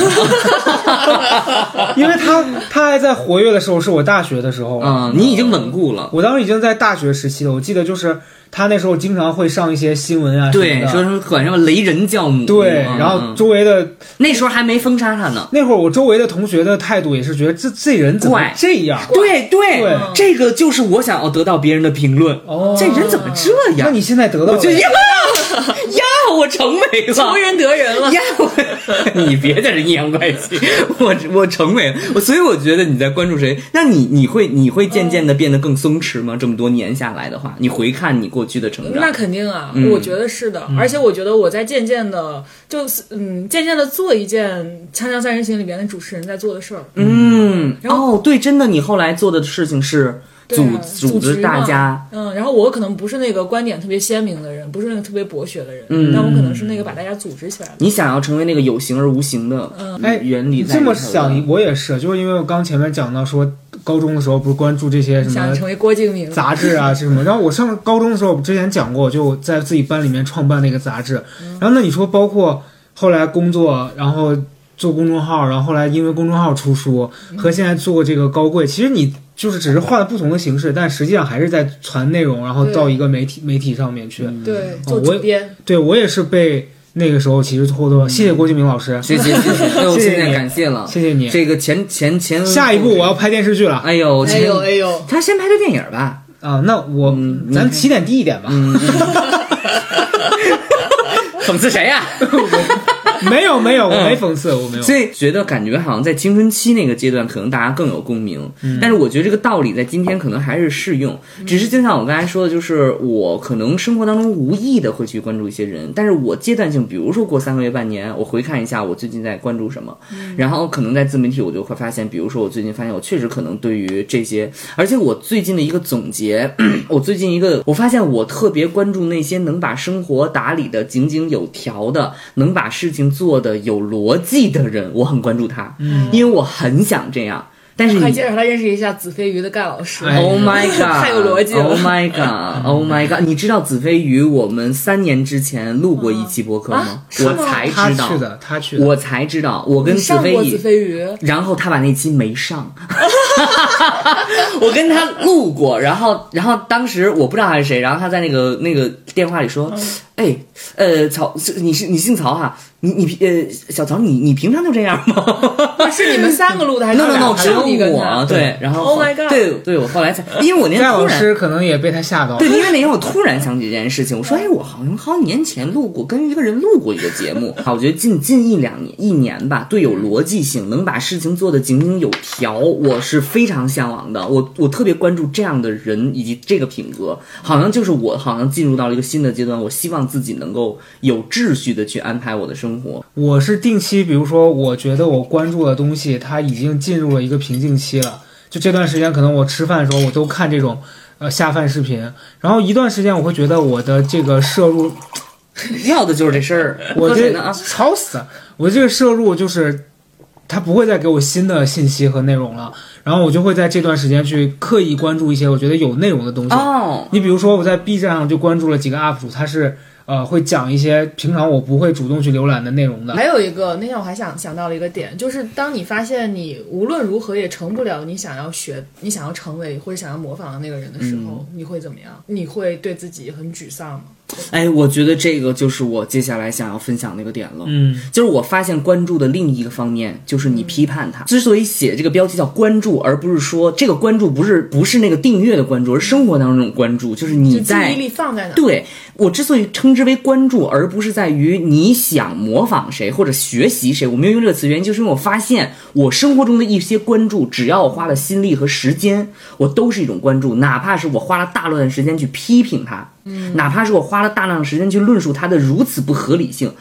C: 因为他他还在活跃的时候是我大学的时候，
D: 嗯，你已经稳固了。
C: 我当时已经在大学时期了。我记得就是他那时候经常会上一些新闻
D: <laughs>
C: 啊，
D: 对，
C: 什么
D: 说
C: 的
D: 什么管什么雷人教母，
C: 对，
D: 嗯
C: 然后
D: 嗯
C: 周围的
D: 那时候还没封杀他呢。
C: 那会儿我周围的同学的态度也是觉得这这人怎么
D: 怪
C: 这样？
D: 对对
C: 对
D: 这个就是我想要得到别人的评论。
C: 哦
D: 这人怎么这样？
C: 那你现在得到
D: 我
C: 了
D: 就呀呀，啊我成为了
E: 求人得人了
D: 呀，我 <laughs> 你别在这阴阳怪 <laughs> 气，我我成为了我，所以我觉得你在关注谁？那你你会你会渐渐的变得更松弛吗？这么多年下来的话，你回看你过去的成
E: 那
D: 长，
E: 肯定啊，
D: 嗯
E: 我觉得是的。而且我觉得我在渐渐的，就是嗯，渐渐的做一件《锵锵三人行》里边的主持人在做的事儿。嗯，
D: 嗯，
E: 然后
D: 哦，对，真的，你后来做的事情是组组织大家，。
E: 对啊局嘛嗯，然后我可能不是那个观点特别鲜明的人，不是那个特别博学的人，嗯，但我可能是那个把大家组织起来的。
D: 你想要成为那个有形而无形的
C: 哎
D: 原理
C: 你
D: 在
C: 这
D: 里头的。
C: 么想，我也是，就是因为我刚前面讲到说，高中的时候不是关注这些什
E: 想
C: 么
E: 成为郭敬明，
C: 杂志啊是什
D: 嗯
C: 么。然后我上高中的时候，我之前讲过，就在自己班里面创办了一个杂志。
D: 嗯
C: 然后那你说，包括后来工作，然后做公众号，然后后来因为公众号出书，
D: 嗯
C: 和现在做这个高贵，其实你就是只是换了不同的形式，但实际上还是在传内容，然后到一个媒体媒体上面去。
D: 嗯
E: 对，
C: 哦
E: 做
C: 我
E: 主编，
C: 对我也是被那个时候其实拖动，谢谢郭敬明老师，
D: 嗯谢谢谢谢，
C: <laughs>
D: 哎呦，
C: 谢谢
D: 现在
C: 你
D: 感谢了，
C: 谢谢你
D: 这个前前前，
C: 下一步我要拍电视剧了。
D: 哎呦，前
E: 呦，
D: 他先拍的电影吧，
C: 啊，那我、
D: 嗯
C: 咱起点低一点吧，
D: 讽刺谁呀？
C: <laughs> 没有没有，
D: 哎
C: 我没讽刺，我没有。
D: <laughs> 所以觉得感觉好像在青春期那个阶段，可能大家更有共鸣。
C: 嗯
D: 但是我觉得这个道理在今天可能还是适用，只是就像我刚才说的，就是我可能生活当中无意的会去关注一些人，但是我阶段性，比如说过三个月、半年，我回看一下我最近在关注什么，
C: 嗯
D: 然后可能在自媒体我就会发现，比如说我最近发现我确实可能对于这些，而且我最近的一个总结， <clears throat> 我最近一个我发现我特别关注那些能把生活打理的井井有条的，能把事情做的有逻辑的人，我很关注他，嗯，因为我很想这样，但是
E: 快
D: 你
E: 介绍他认识一下子非鱼的盖老师。
C: 哎
D: Oh my god！
E: <laughs> 太有逻辑了
D: Oh my god！Oh my god！你知道子非鱼我们三年之前录过一期播客吗？
E: 啊
D: 我才
C: 他
D: 知道
C: 去，的，他去的。
D: 我才知道，我跟
E: 你
D: 子
E: 上
D: 非
E: <laughs> 过子
D: 鱼，
E: 非鱼，
D: 然后他把那期没上，我跟他路过，然后然后当时我不知道他是谁，然后他在那个那个电话里说，哎，呃，曹，你是你姓曹哈、你你呃，小曹，你你平常就这样吗？
E: 是你们三个录的还是
D: no no
E: 俩
D: no，
E: 还
D: 只
E: 是
D: 有
E: 你跟他
D: 我对，然后
E: Oh my god
D: 对对，我后来才，因为我那天
C: 盖
D: 哎突
C: 老
D: 然。
C: 师可能也被他吓到了
D: 对，。因为那天我突然想起这件事情，我说，哎，我好像好几年前录过，跟一个人录过一个节目。啊，我觉得近近一两年一年吧，对有逻辑性，能把事情做得井井有条，我是非常向往的。我我特别关注这样的人以及这个品格，好像就是我好像进入到了一个新的阶段，我希望自己能够有秩序的去安排我的生活。
C: 我是定期，比如说，我觉得我关注的东西，它已经进入了一个瓶颈期了。就这段时间，可能我吃饭的时候，我都看这种呃下饭视频，然后一段时间，我会觉得我的这个摄入，
D: 要的就是这事儿。
C: 我
D: 喝水
C: 这
D: 呢啊，
C: 吵死了，我这个摄入就是它不会再给我新的信息和内容了，然后我就会在这段时间去刻意关注一些我觉得有内容的东西。
D: 哦，
C: 你比如说，我在 B 站上就关注了几个 UP 主，他是呃会讲一些平常我不会主动去浏览的内容的。
E: 还有一个，那天我还想想到了一个点，就是当你发现你无论如何也成不了你想要学、你想要成为或者想要模仿的那个人的时候，你会怎么样？你会对自己很沮丧吗？
D: 哎，我觉得这个就是我接下来想要分享那个点了。
C: 嗯，
D: 就是我发现关注的另一个方面，就是你批判它。之所以写这个标题叫关注，而不是说这个关注不是不是那个订阅的关注，而是生活当中那种关注，就是你
E: 就注
D: 在
E: 意力放在哪？
D: 对我之所以称之为关注，而不是在于你想模仿谁或者学习谁，我没有用这个词，原因就是因为我发现我生活中的一些关注，只要我花了心力和时间，我都是一种关注，哪怕是我花了大量的时间去批评它，嗯，哪怕是我花了大量的时间去论述它的如此不合理性。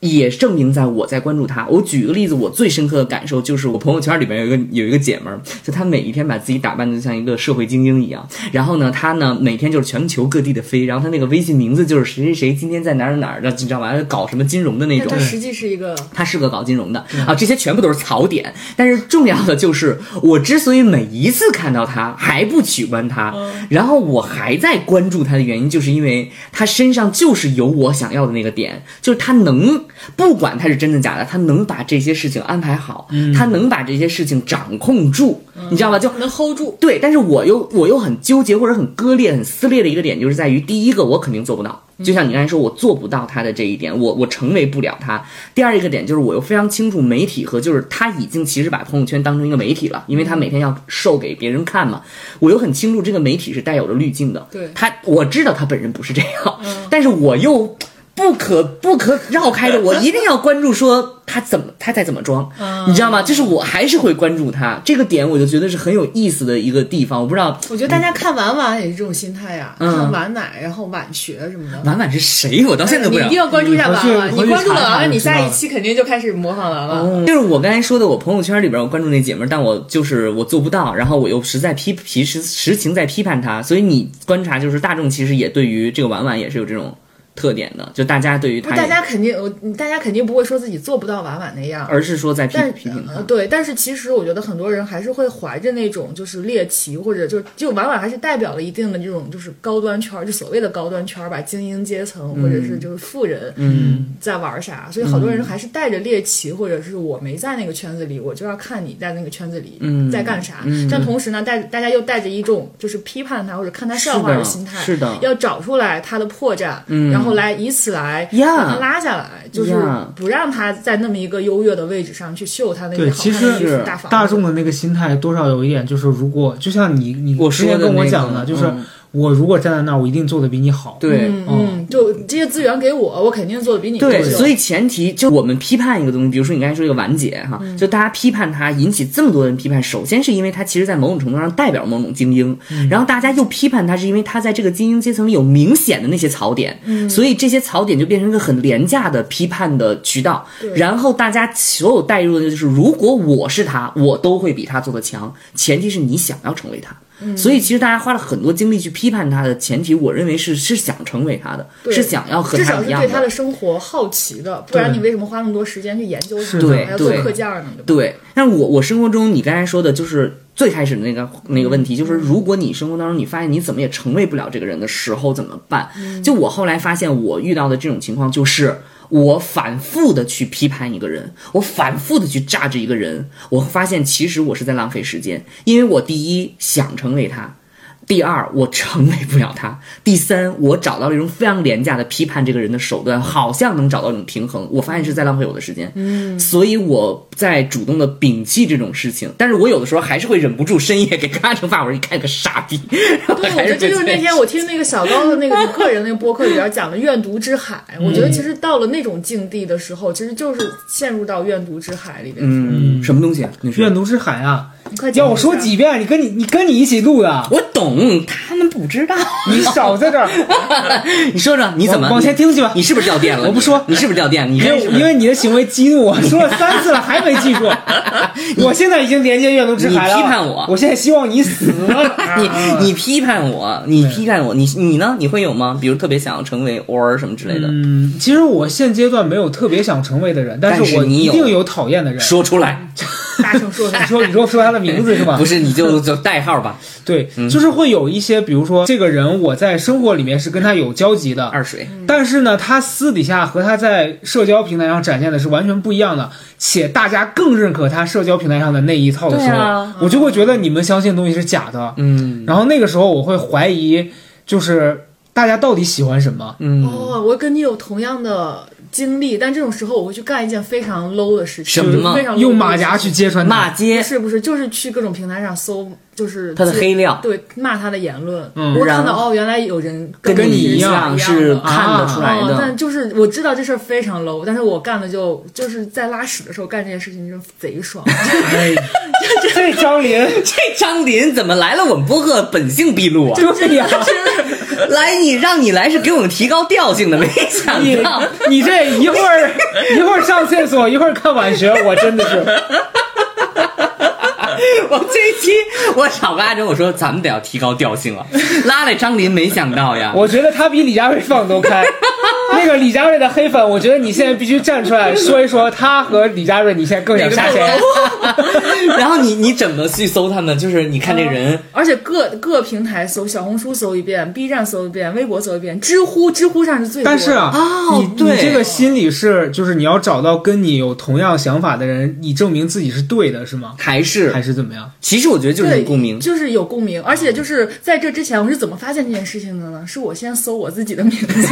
D: 也证明在我在关注他。我举一个例子，我最深刻的感受就是，我朋友圈里面有一个有一个姐们儿，就她每一天把自己打扮的像一个社会精英一样，然后呢，她呢每天就是全球各地的飞，然后她那个微信名字就是谁谁谁今天在哪儿哪儿的，你知道吧？搞什么金融的那
E: 但
D: 种
E: 它，实际是一个
D: 他是个搞金融的啊，这些全部都是槽点。但是重要的就是，我之所以每一次看到他还不取关他，然后我还在关注他的原因，就是因为他身上就是有我想要的那个点，就是他能不管他是真的假的，他能把这些事情安排好，他能把这些事情掌控住，你知道吧？就
E: 能 hold 住，
D: 对，但是我又我又很纠结或者很割裂、很撕裂的一个点，就是在于第一个，我肯定做不到，就像你刚才说，我做不到他的这一点，我我成为不了他。第二一个点就是，我又非常清楚媒体和就是他已经其实把朋友圈当成一个媒体了，因为他每天要售给别人看嘛，我又很清楚这个媒体是带有着滤镜的，
E: 对
D: 他我知道他本人不是这样，但是我又。不可不可绕开的，我一定要关注，说他怎么他在怎么装，
E: 嗯
D: 你知道吗？就是我还是会关注他这个点，我就觉得是很有意思的一个地方。我不知道
E: 我觉得大家看完完也是这种心态呀、
D: 嗯
E: 看晚奶，然后晚学什么的。
D: 婉婉是谁，我到现在都不
E: 哎你
D: 知
E: 一
D: 道
E: 定。要关注一下
C: 你
E: 娃
C: 回去
E: 娃，
C: 回
E: 你
C: 去
E: 关注了
C: 查查
E: 娃娃，
C: 就
E: 你
C: 知道
E: 下一
C: 了
E: 期肯定就开始模仿娃娃。
D: 嗯就是我刚才说的，我朋友圈里边我关注那姐们儿，但我就是我做不到，然后我又实在批批实实情在批判她，所以你观察就是大众其实也对于这个婉婉也是有这种特点的，就大家对于
E: 不
D: 她也，
E: 大家肯定，我大家肯定不会说自己做不到娃娃那样，
D: 而是说在批
E: 但
D: 批评她
E: 呃，。对，但是其实我觉得很多人还是会怀着那种就是猎奇，或者就就往往还是代表了一定的这种就是高端圈儿，就所谓的高端圈儿吧，精英阶层或者是就是富人，嗯，在玩啥、所以好
D: 嗯
E: 多人还是带着猎奇，或者是我没在那个圈子里，我就要看你在那个圈子里
D: 嗯
E: 在干啥。但同时呢，带大家又带着一种就是批判他或者看他笑话
D: 是的
E: 心态，
D: 是的
E: 要找出来他的破绽，嗯然后来以此来
D: 呀
E: 把它拉下来，就是
D: 呀
E: 不让他在那么一个优越的位置上去秀他那个
C: 对
E: 好看
C: 其
E: 的
C: 实
E: 衣服
D: 是
E: 大房
C: 大
E: 子
C: 众的那个心态多少有一点，就是如果就像你你
D: 我
C: 之
D: 说
C: 前
D: 的
C: 跟我
D: 那
C: 讲
D: 个
C: 的，就是
D: 嗯
C: 我如果站在那儿，我一定做的比你好。，
D: 对，
E: 嗯嗯，就这些资源给我，我肯定做的比你
D: 对，
E: 优秀
D: 所以前提就我们批判一个东西，比如说你刚才说这个婉姐哈，
E: 嗯
D: 就大家批判她引起这么多人批判，首先是因为她其实，在某种程度上代表某种精英，
E: 嗯
D: 然后大家又批判她是因为她在这个精英阶层里有明显的那些槽点，
E: 嗯
D: 所以这些槽点就变成一个很廉价的批判的渠道。然后大家所有带入的就是，如果我是她，我都会比她做的强，前提是你想要成为她。
E: 嗯
D: 所以其实大家花了很多精力去批判她的前提，我认为是是想成为她的，是想要和
E: 至
D: 她
E: 少
D: 一
E: 是
D: 样
E: 对他的生活好奇的，不然你为什么花那么多时间去研究它，
D: 对
E: 还要做
D: 对
E: 课件儿呢？对吧
D: 对，但是我我生活中你刚才说的就是最开始的那个那个问题，
E: 嗯
D: 就是如果你生活当中你发现你怎么也
E: 嗯
D: 成为不了这个人的时候怎么办？就我后来发现我遇到的这种情况就是。我反复的去批判一个人，我反复的去榨着一个人，我发现其实我是在浪费时间，因为我第一想成为他，第二，我成为不了他；第三，我找到了一种非常廉价的批判这个人的手段，好像能找到一种平衡。我发现是在浪费我的时间，嗯，所以我在主动的摒弃这种事情。但是我有的时候还是会忍不住深夜给嘎成发，我说你看个傻逼。然后
E: 对，我
D: 还
E: 觉
D: 是
E: 得这
D: 会
E: 就是那天我听那个小高的那个你个人那个播客里边讲的怨毒之海，
D: 嗯
E: 我觉得其实到了那种境地的时候，其实就是陷入到怨毒之海里边。
D: 嗯，什么东西啊？你说
C: 怨毒之海啊，
E: 你快讲
C: 要我说
E: 一下
C: 几遍，你跟你你跟你一起录的，
D: 我懂，他们不知道。
C: <laughs> 你少在这儿，
D: 你说说 <laughs> 你怎么
C: 往往前听去吧
D: 你是不是掉电了？
C: 我不说
D: 你是不是掉电了？你
C: 因
D: 认
C: 为
D: 识
C: 因为你的行为激怒
D: <laughs>
C: 我，说了三次了还没记住，我现在已经连接怨毒之海了，
D: 你批判我
C: 我现在希望你死，
D: <laughs>
C: 啊
D: 你你批判我，你批判我，你你呢？你会有吗？比如特别想要成为 or 什么之类的，
C: 嗯，其实我现阶段没有特别想成为的人，但
D: 但是
C: 我
D: 你
C: 一
D: 有
C: 定有讨厌的人。
D: 说出来，
E: 大声说出
C: 你
E: 来。
C: 说，你说说他的名字是吧
D: <laughs> 不？是你就就代号吧，
C: 对，就是会有一些，比如说这个人，我在生活里面是跟他有交集的，
D: 二水。
C: 但是呢，他私底下和他在社交平台上展现的是完全不一样的，且大家更认可他社交平台上的那一套的时
D: 对
C: 候，
D: 啊
C: 我就会觉得你们相信的东西是假的。
D: 嗯
C: 然后那个时候，我会怀疑，就是大家到底喜欢什么？
D: 嗯，
E: 哦，我跟你有同样的经历，但这种时候我会去干一件非常 low 的事情，
D: 什么
E: 非常 low 的事情
C: 用马甲去揭穿
D: 骂
C: 他。
E: 不
D: 街
E: 是不是，就是去各种平台上搜，就是
D: 他的黑料，
E: 对骂他的言论。
C: 嗯
E: 我看
D: 然
E: 到
D: 后
E: 哦，原来有人
C: 跟
D: 你
C: 你
E: 一
C: 一样
E: 的
D: 是看得出来
E: 哦，但
D: 的。
E: 就是我知道这事儿非常 low，但是我干了就就是在拉屎的时候干这件事情就贼爽。
C: <laughs> 哎，这张琳，
D: <laughs> 这张琳怎么来了？我们播客本性毕
C: <laughs>
D: 露啊！
C: 对呀、
D: <laughs> 来，你让你来是给我们提高调性的，没想
C: 你
D: 到。
C: 你这一会儿一会儿上厕所，一会儿看晚学，我真的是
D: <laughs> 我这一期我找个阿哲，我说咱们得要提高调性了。拉来张琳，没想到呀，
C: <laughs>
D: <laughs>
C: 我觉得他比李佳薇放得都 <laughs> 开。那个李佳薇的黑粉，我觉得你现在必须站出来说一说，他和李佳薇，你现在更 <laughs> 想杀谁？
D: 啊 <laughs> 然后你你怎么去搜他们？就是你看这人，
E: 而且各各平台搜，小红书搜一遍，B 站搜一遍，微博搜一遍，知乎知乎上是最多的。
C: 但是啊，
D: 哦
C: 你
D: 对
C: 你这个心理是，就是你要找到跟你有同样想法的人，以证明自己是对的，是吗？
D: 还
C: 还
D: 是
C: 是怎么样？
D: 其实我觉得就是
E: 对
D: 有共鸣。
E: 就是有共鸣。而且就是在这之前，我是怎么发现这件事情的呢？是我先搜我自己的名字，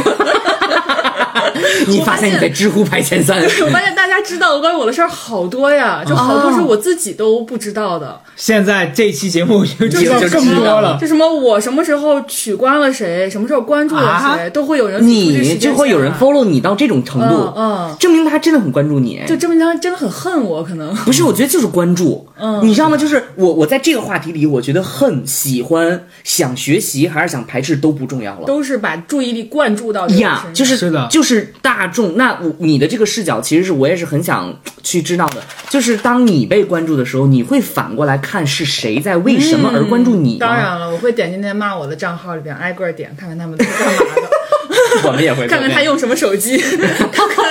E: <laughs>
D: 你发现你在知乎排前三，
E: 我发现大家知道的关于我的事儿好多呀，就好多是我自己都不知道的。
C: 现在这期节目已经知道
D: 就
C: 更
D: 知
C: 多
D: 道
C: 了
E: 就。什么我什么时候取关了谁，什么时候关注了谁，
C: 啊
E: 都会有人提出这时
D: 你
E: 间
D: 就会有人
E: 线来啊
D: follow 你到这种程
E: 嗯
D: 度，
E: 嗯，
D: 证明他真的很关注你。
E: 就证明他真的很恨我，可能。
D: 不是，我觉得就是关注，
E: 嗯
D: 你知道吗？就是我我在这个话题里，我觉得恨、喜欢、想学习还是想排斥都不重要了。
E: 都是把注意力灌注到这个
D: 呀
E: 身上
D: 就是
C: 是的
D: 就是大众。那我你的这个视角，其实是我也是很想去知道的。就是当你被关注的时候，你会反过来看是谁在为什么而关注你吗？
E: 嗯当然了，我会点进那些骂我的账号里边挨个儿点，看看他们都是干嘛的，
D: <laughs> <laughs> 我们也会
E: 看看他用什么手机，看看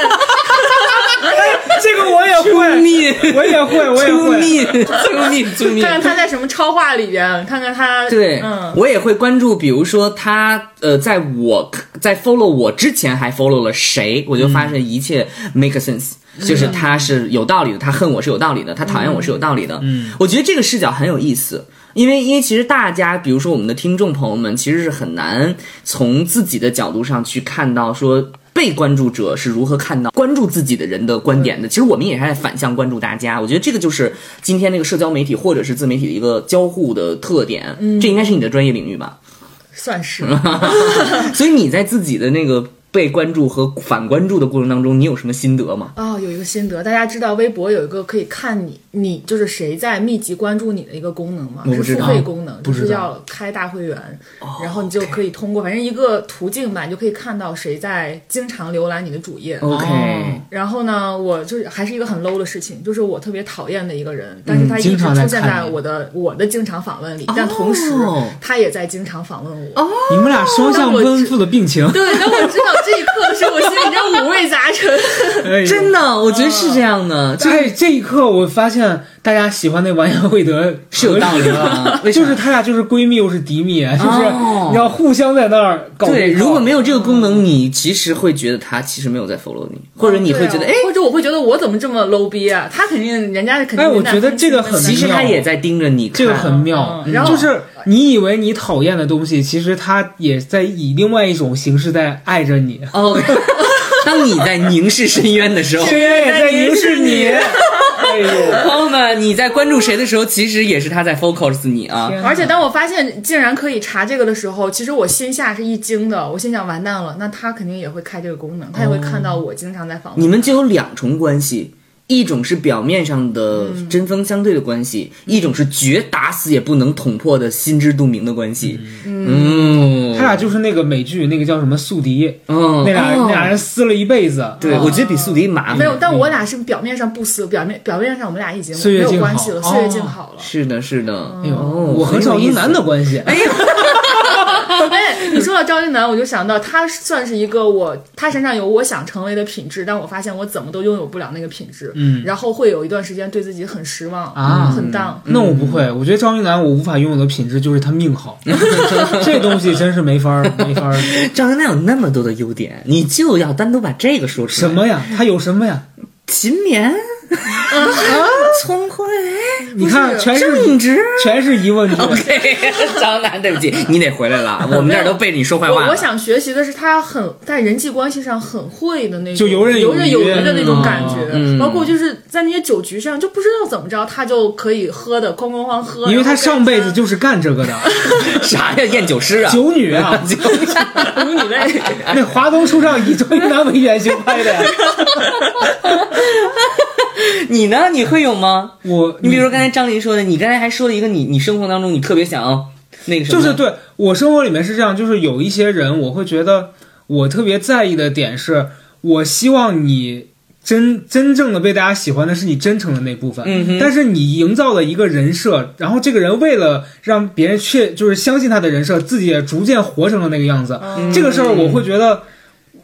C: 这个我也 <laughs>
D: <laughs>
C: 会，
D: 命，
C: 我也会，我也
D: 救
C: 会。
D: 命，救命，救命
E: 看！看他在什么超话里边，看看他
D: 对，
E: 嗯，
D: 我也会关注，比如说他呃，在我在 follow 我之前还 follow 了谁，我就发现一切 make sense，、就是他是有道理的，他恨我是有道理的，他讨厌我是有道理的。嗯，我觉得这个视角很有意思。因为，因为其实大家，比如说我们的听众朋友们，其实是很难从自己的角度上去看到说被关注者是如何看到关注自己的人的观点的。其实我们也是在反向关注大家，我觉得这个就是今天那个社交媒体或者是自媒体的一个交互的特点。
C: 嗯
D: 这应该是你的专业领域吧？
E: 算
C: <laughs>
E: 是。
D: 所以你在自己的那个被关注和反关注的过程当中，你有什么心得吗？
E: 哦，有一个心得，大家知道微博有一个可以看你你就是谁在密集关注你的一个功能吗？
D: 我不
E: 是
D: 知
E: 付
D: 道
E: 费功能，
C: 不
E: 就
C: 知道哦
E: 是要开大会员，然后你就可以通过反正一个途径吧，你就可以看到谁在经常浏览你的主页。
D: OK，、
C: 哦
E: 然后呢，我就是还是一个很 low 的事情，就是我特别讨厌的一个人，但是他一
C: 嗯
E: 直
C: 经常在
E: 出现在
C: 看你
E: 我的我的经常访问里，但同时
D: 哦
E: 他也在经常访问我。
C: 你们俩双向奔赴的病情，
E: 对，当我知道这一刻的时候，我心里真五味杂陈。
C: 哎呦嗯
D: 真的，我觉得是这样的。
C: 在这一刻，我发现大家喜欢那完颜慧德
D: 是有道理
C: 的。
D: 的
C: <laughs>
D: 啊。为啥
C: 就是他俩就是闺蜜又是敌蜜，啊就是
D: 哦
C: 你要互相在那儿搞嗯
D: 对，
C: 这套
D: 如果没有这个功能，你其实会觉得他其实没有在 follow 你，或 <laughs> 者你会
C: 哦
D: 觉得，哎
E: 对啊，或者我会觉得我怎么这么 low 逼啊？他肯定人家肯定。
C: 哎我觉得这个很
D: 其实他也在盯着你看。啊
C: 这个很妙，
E: 嗯然后
C: 就是你以为你讨厌的东西，其实他也在以另外一种形式在爱着
D: <laughs>
C: 你，
D: 哦，当你在凝视深渊的时候，
C: 深渊也在凝视你。哎
D: <laughs>
C: 呦，
D: 朋友们，你在关注谁的时候，其实也是他在 focus 你啊。
E: 而且当我发现竟然可以查这个的时候，其实我心下是一惊的，我心想完蛋了，那他肯定也会开这个功能，他也会看
C: 哦
E: 到我经常在访问。
D: 你们就有两重关系，一种是表面上的针锋相对的关系，一种是绝打死也不能捅破的心知肚明的关系。嗯，
C: 他俩就是那个美剧那个叫什么宿敌，
D: 嗯，
C: 那俩
D: 哦
C: 那俩人撕了一辈子。啊
D: 对，我觉得比宿敌麻烦。
E: 没有，但我俩是表面上不撕，表面表面上我们俩已经
C: 嗯岁
E: 没
C: 月静好
E: 有关系了，
C: 哦
E: 岁月静好了。
D: 是的，是的。
C: 哎呦，
D: 哦
C: 我和赵一楠的关系，哎，
E: 哎，你说到赵一楠，我就想到他算是一个我，他身上有我想成为的品质，但我发现我怎么都拥有不了那个品质，
C: 嗯
E: 然后会有一段时间对自己很失望
C: 啊
E: 很 down。
C: 那我不会，我觉得赵一楠我无法拥有的品质就是他命好， <laughs> 这东西真是没法儿没法儿
D: 张云亮有那么多的优点，你就要单独把这个说出来。
C: 什？么呀？他有什么呀？
D: 勤勉、 <laughs> 聪慧、
C: 你看，全是
D: 正直。
C: 全是疑问句。
D: <laughs> OK，张楠，对不起，你得回来了，我们这儿都背着你说坏话
E: 我
D: 了。
E: 我想学习的是他很在人际关系上很会的那种，
C: 就游刃有
E: 游
C: 余
E: 刃有余的那种感觉，
D: 嗯
E: 包括就是在那些酒局上就不知道怎么着，他就可以喝的哐哐哐喝，
C: 因为
E: 然后
C: 他上辈子
E: 跟
C: 哦就是干这个的，
D: <laughs> 啥呀？验酒师啊？
C: <laughs> 九女啊，
D: 酒
E: 他母女类，
C: 那华灯初上以周一楠为原型拍的 <laughs> 呀。
D: 你呢？你会有吗？
C: 我
D: 你比如说刚才张琳说的，你刚才还说了一个你，你生活当中你特别想要那个什么，
C: 就是对我生活里面是这样，就是有一些人，我会觉得我特别在意的点是，我希望你真真正的被大家喜欢的是你真诚的那部分。
D: 嗯哼
C: 但是你营造了一个人设，然后这个人为了让别人确就是相信他的人设，自己也逐渐活成了那个样子。
D: 哦
C: 这个时候我会觉得。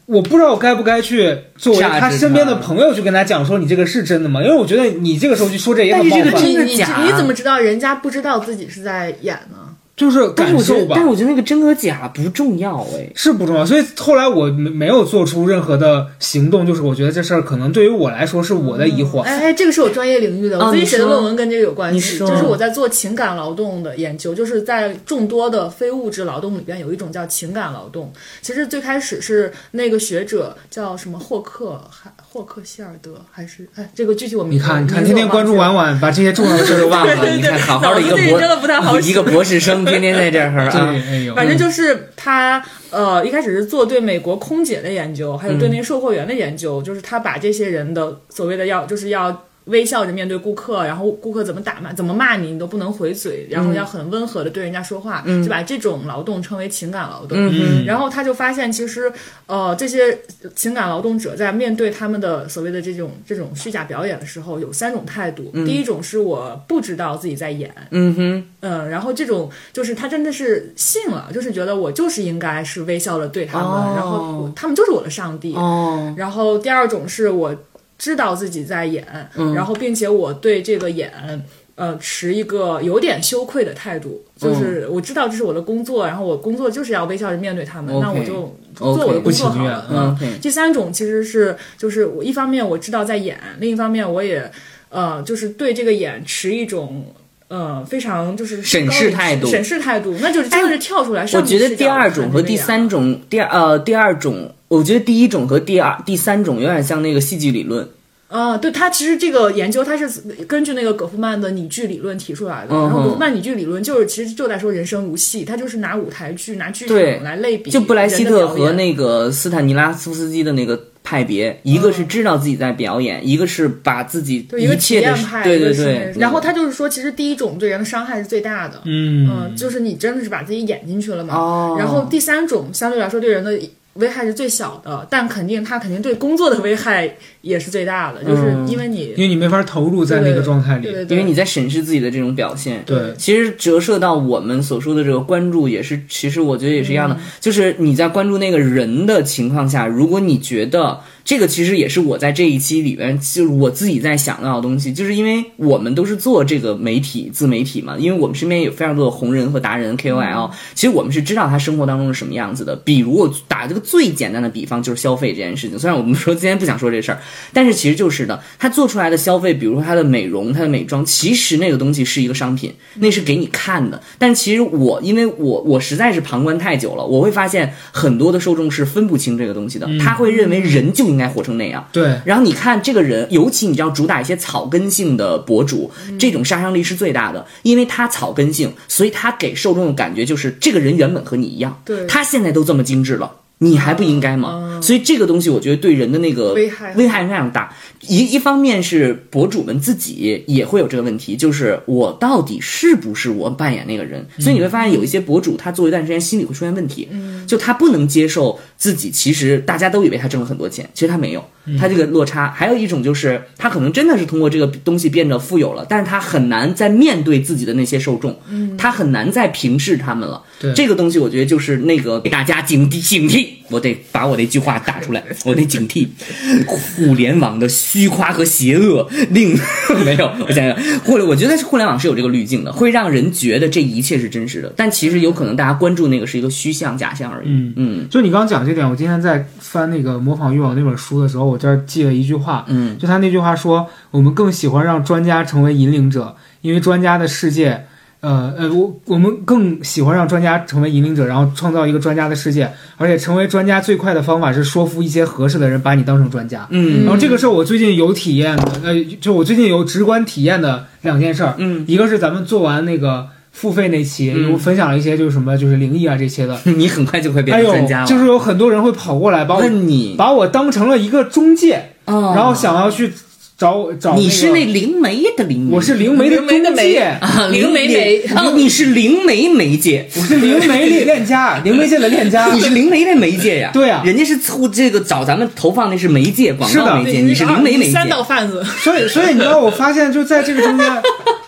C: 我不知道我该不该去作为
D: 榨
C: 他
D: 汁
C: 身边的
D: 他
C: 朋友去跟他讲说你这个是真的吗？因为我觉得你这个时候去说这也很
D: 但
C: 冒
D: 是这
C: 犯
D: 个，真
E: 你
D: 的
E: 你
D: 假
E: 你怎么知道人家不知道自己是在演呢？
C: 就是
D: 但
C: 感
D: 是我觉
C: 受
D: 得，
C: 吧。
D: 但是我觉得那个真和假不重要哎。
C: 是不重要，所以后来我没没有做出任何的行动，就是我觉得这事儿可能对于我来说是我的疑惑。
E: 哎，这个是我专业领域的，
D: 哦
E: 我最近
D: 你说
E: 写的论文跟这个有关
D: 你
E: 系，
D: 说
E: 就是我在做情感劳动的研究，就是在众多的非物质劳动里边有一种叫情感劳动。其实最开始是那个学者叫什么霍克，还霍克希尔德还是哎，这个具体我名
C: 你
E: 字
C: 看，你看，
E: 名字
C: 天
E: 我
C: 天关注
E: 忘记了
C: 婉婉，把这些重要的事儿都
E: <laughs>
C: 忘了。
D: 啊你看，好好的一个
E: 脑子里真的不太好
D: 博 <laughs>
E: 使
D: 一个博士生，天天在这儿
C: 对，
D: 啊。
C: 哎呦，
E: 反正就是他，呃，一开始是做对美国空姐的研究，还有对那售货员的研究，就是他把这些人的所谓的要，就是要微笑着面对顾客，然后顾客怎么打骂、怎么骂你，你都不能回嘴，然后要很温和的对人家说话，就把这种劳动称为情感劳动。
C: 嗯
E: 然后他就发现，其实，呃，这些情感劳动者在面对他们的所谓的这种这种虚假表演的时候，有三种态度。第一种是我不知道自己在演，
D: 嗯哼，
E: 嗯，然后这种就是他真的是信了，就是觉得我就是应该是微笑着对他们，
D: 哦
E: 然后我他们就是我的上帝。
D: 哦，
E: 然后第二种是我知道自己在演，
D: 嗯
E: 然后并且我对这个演。呃，持一个有点羞愧的态度，
D: 嗯
E: 就是我知道这是我的工作，然后我工作就是要微笑着面对他们，那我
D: OK，
E: 就
D: OK，
E: 做我的
C: 不
E: 工作
C: 情
E: 好
C: 愿
E: 了。
D: 嗯，OK
E: 第三种其实是就是我一方面我知道在演，另一方面我也呃就是对这个演持一种呃非常就是
D: 审
E: 高
D: 视
E: 的
D: 态度
E: 审视态度，那就是真的是跳出来。
D: 我
E: 上
D: 觉
E: 帝
D: 得
E: 视
D: 第
E: 角
D: 二
E: 看
D: 种
E: 这
D: 和
E: 个
D: 第
E: 演
D: 三种，第二呃第二种，我觉得第一种和第二第三种有点像那个戏剧理论。
E: 啊，对，他其实这个研究，他是根据那个葛夫曼的拟剧理论提出来的。
D: 嗯
E: 然后葛夫
D: 嗯
E: 曼拟剧理论就是其实就在说人生如戏，他就是拿舞台剧、拿剧
D: 对
E: 场来类比，
D: 就布莱希特和。那个斯坦尼拉夫斯基的那个派别，一个是知道自己在表演，一个是把自己
E: 嗯对一个
D: 一
E: 体
D: 切
E: 验
D: 的
E: 派，
D: 对
E: 一
D: 对
E: 个
D: 对
E: 是那
D: 对
E: 个，然后他就是说，其实第一种对人的伤害是最大的，
C: 嗯，
E: 就是你真的是把自己演进去了嘛。
D: 哦
E: 然后第三种相对来说对人的危害是最小的，但肯定他肯定对工作的危害也是最大的，就是因为你
C: 嗯因为你没法投入在那个状态
E: 对
C: 里。
E: 对对，
D: 因为你在审视自己的这种表现。
C: 对，
D: 其实折射到我们所说的这个关注，也是，其实我觉得也是一样的，就是你在关注那个人的情况下，如果你觉得这个其实也是我在这一期里边，就是我自己在想到的东西，就是因为我们都是做这个媒体自媒体嘛，因为我们身边有非常多的红人和达人 KOL，、其实我们是知道他生活当中是什么样子的。比如我打这个最简单的比方，就是消费这件事情。虽然我们说今天不想说这事儿，但是其实就是的，他做出来的消费，比如说他的美容、他的美妆，其实那个东西是一个商品，那是给你看的。但其实我因为我我实在是旁观太久了，我会发现很多的受众是分不清这个东西的，他会认为人就应该活成那样。
C: 对，
D: 然后你看这个人，尤其你知道主打一些草根性的博主，这种杀伤力是最大的，因为他草根性，所以他给受众的感觉就是这个人原本和你一样，
E: 对
D: 他现在都这么精致了。你还不应该吗？所以这个东西，我觉得对人的那个
E: 危害
D: 危害非常大。一一方面是博主们自己也会有这个问题，就是我到底是不是我扮演那个人？所以你会发现有一些博主，他做一段时间心理会出现问题，
E: 嗯
D: 就他不能接受自己，其实大家都以为他挣了很多钱，其实他没有，他这个落差。还有一种就是他可能真的是通过这个东西变得富有了，但是他很难再面对自己的那些受众，他很难再平视他们了。
C: 对
D: 这个东西，我觉得就是那个给大家警惕警惕，我得把我那句话打
C: <laughs>
D: 出来，我得警惕互联网的虚夸和邪恶，令 <laughs> 没有，我想想，互联我觉得是互联网是有这个滤镜的，会让人觉得这一切是真实的，但其实有可能大家关注那个是一个虚像假象而已。
C: 嗯
D: 嗯
C: 就你刚刚讲这点，我今天在翻那个《模仿欲望》那本书的时候，我这儿记了一句话，
D: 嗯
C: 就他那句话说，我们更喜欢让专家成为引领者，因为专家的世界，呃呃，我我们更喜欢让专家成为引领者，然后创造一个专家的世界，而且成为专家最快的方法是说服一些合适的人把你当成专家。
D: 嗯
C: 然后这个是我最近有体验的，呃，就我最近有直观体验的两件事儿，
D: 嗯，
C: 一个是咱们做完那个付费那期，
D: 嗯
C: 我分享了一些就是什么就是灵异啊这些的，
D: 你很快就会变
C: 哎
D: 成
C: 呦
D: 专家，了，
C: 就是有很多人会跑过来把我
D: 问你，
C: 把我当成了一个中介，
D: 哦
C: 然后想要去找我找、
D: 你是那灵媒的灵媒，
C: 我是灵媒的
E: 灵媒的
C: 中介，
D: 啊
E: 灵媒媒
D: 啊，你是灵媒媒介。
C: 我是灵媒的链
D: <laughs>
C: 家，灵媒界的链家
D: 你。是灵媒的媒介
C: 啊
D: 呀？
C: 对呀啊
D: 人家是促这个找咱们投放的是媒介广
C: 是的
D: 告媒介，你是灵媒媒介
E: 三。道贩子，
C: 所以，所以你知道，我发现就在这个中间，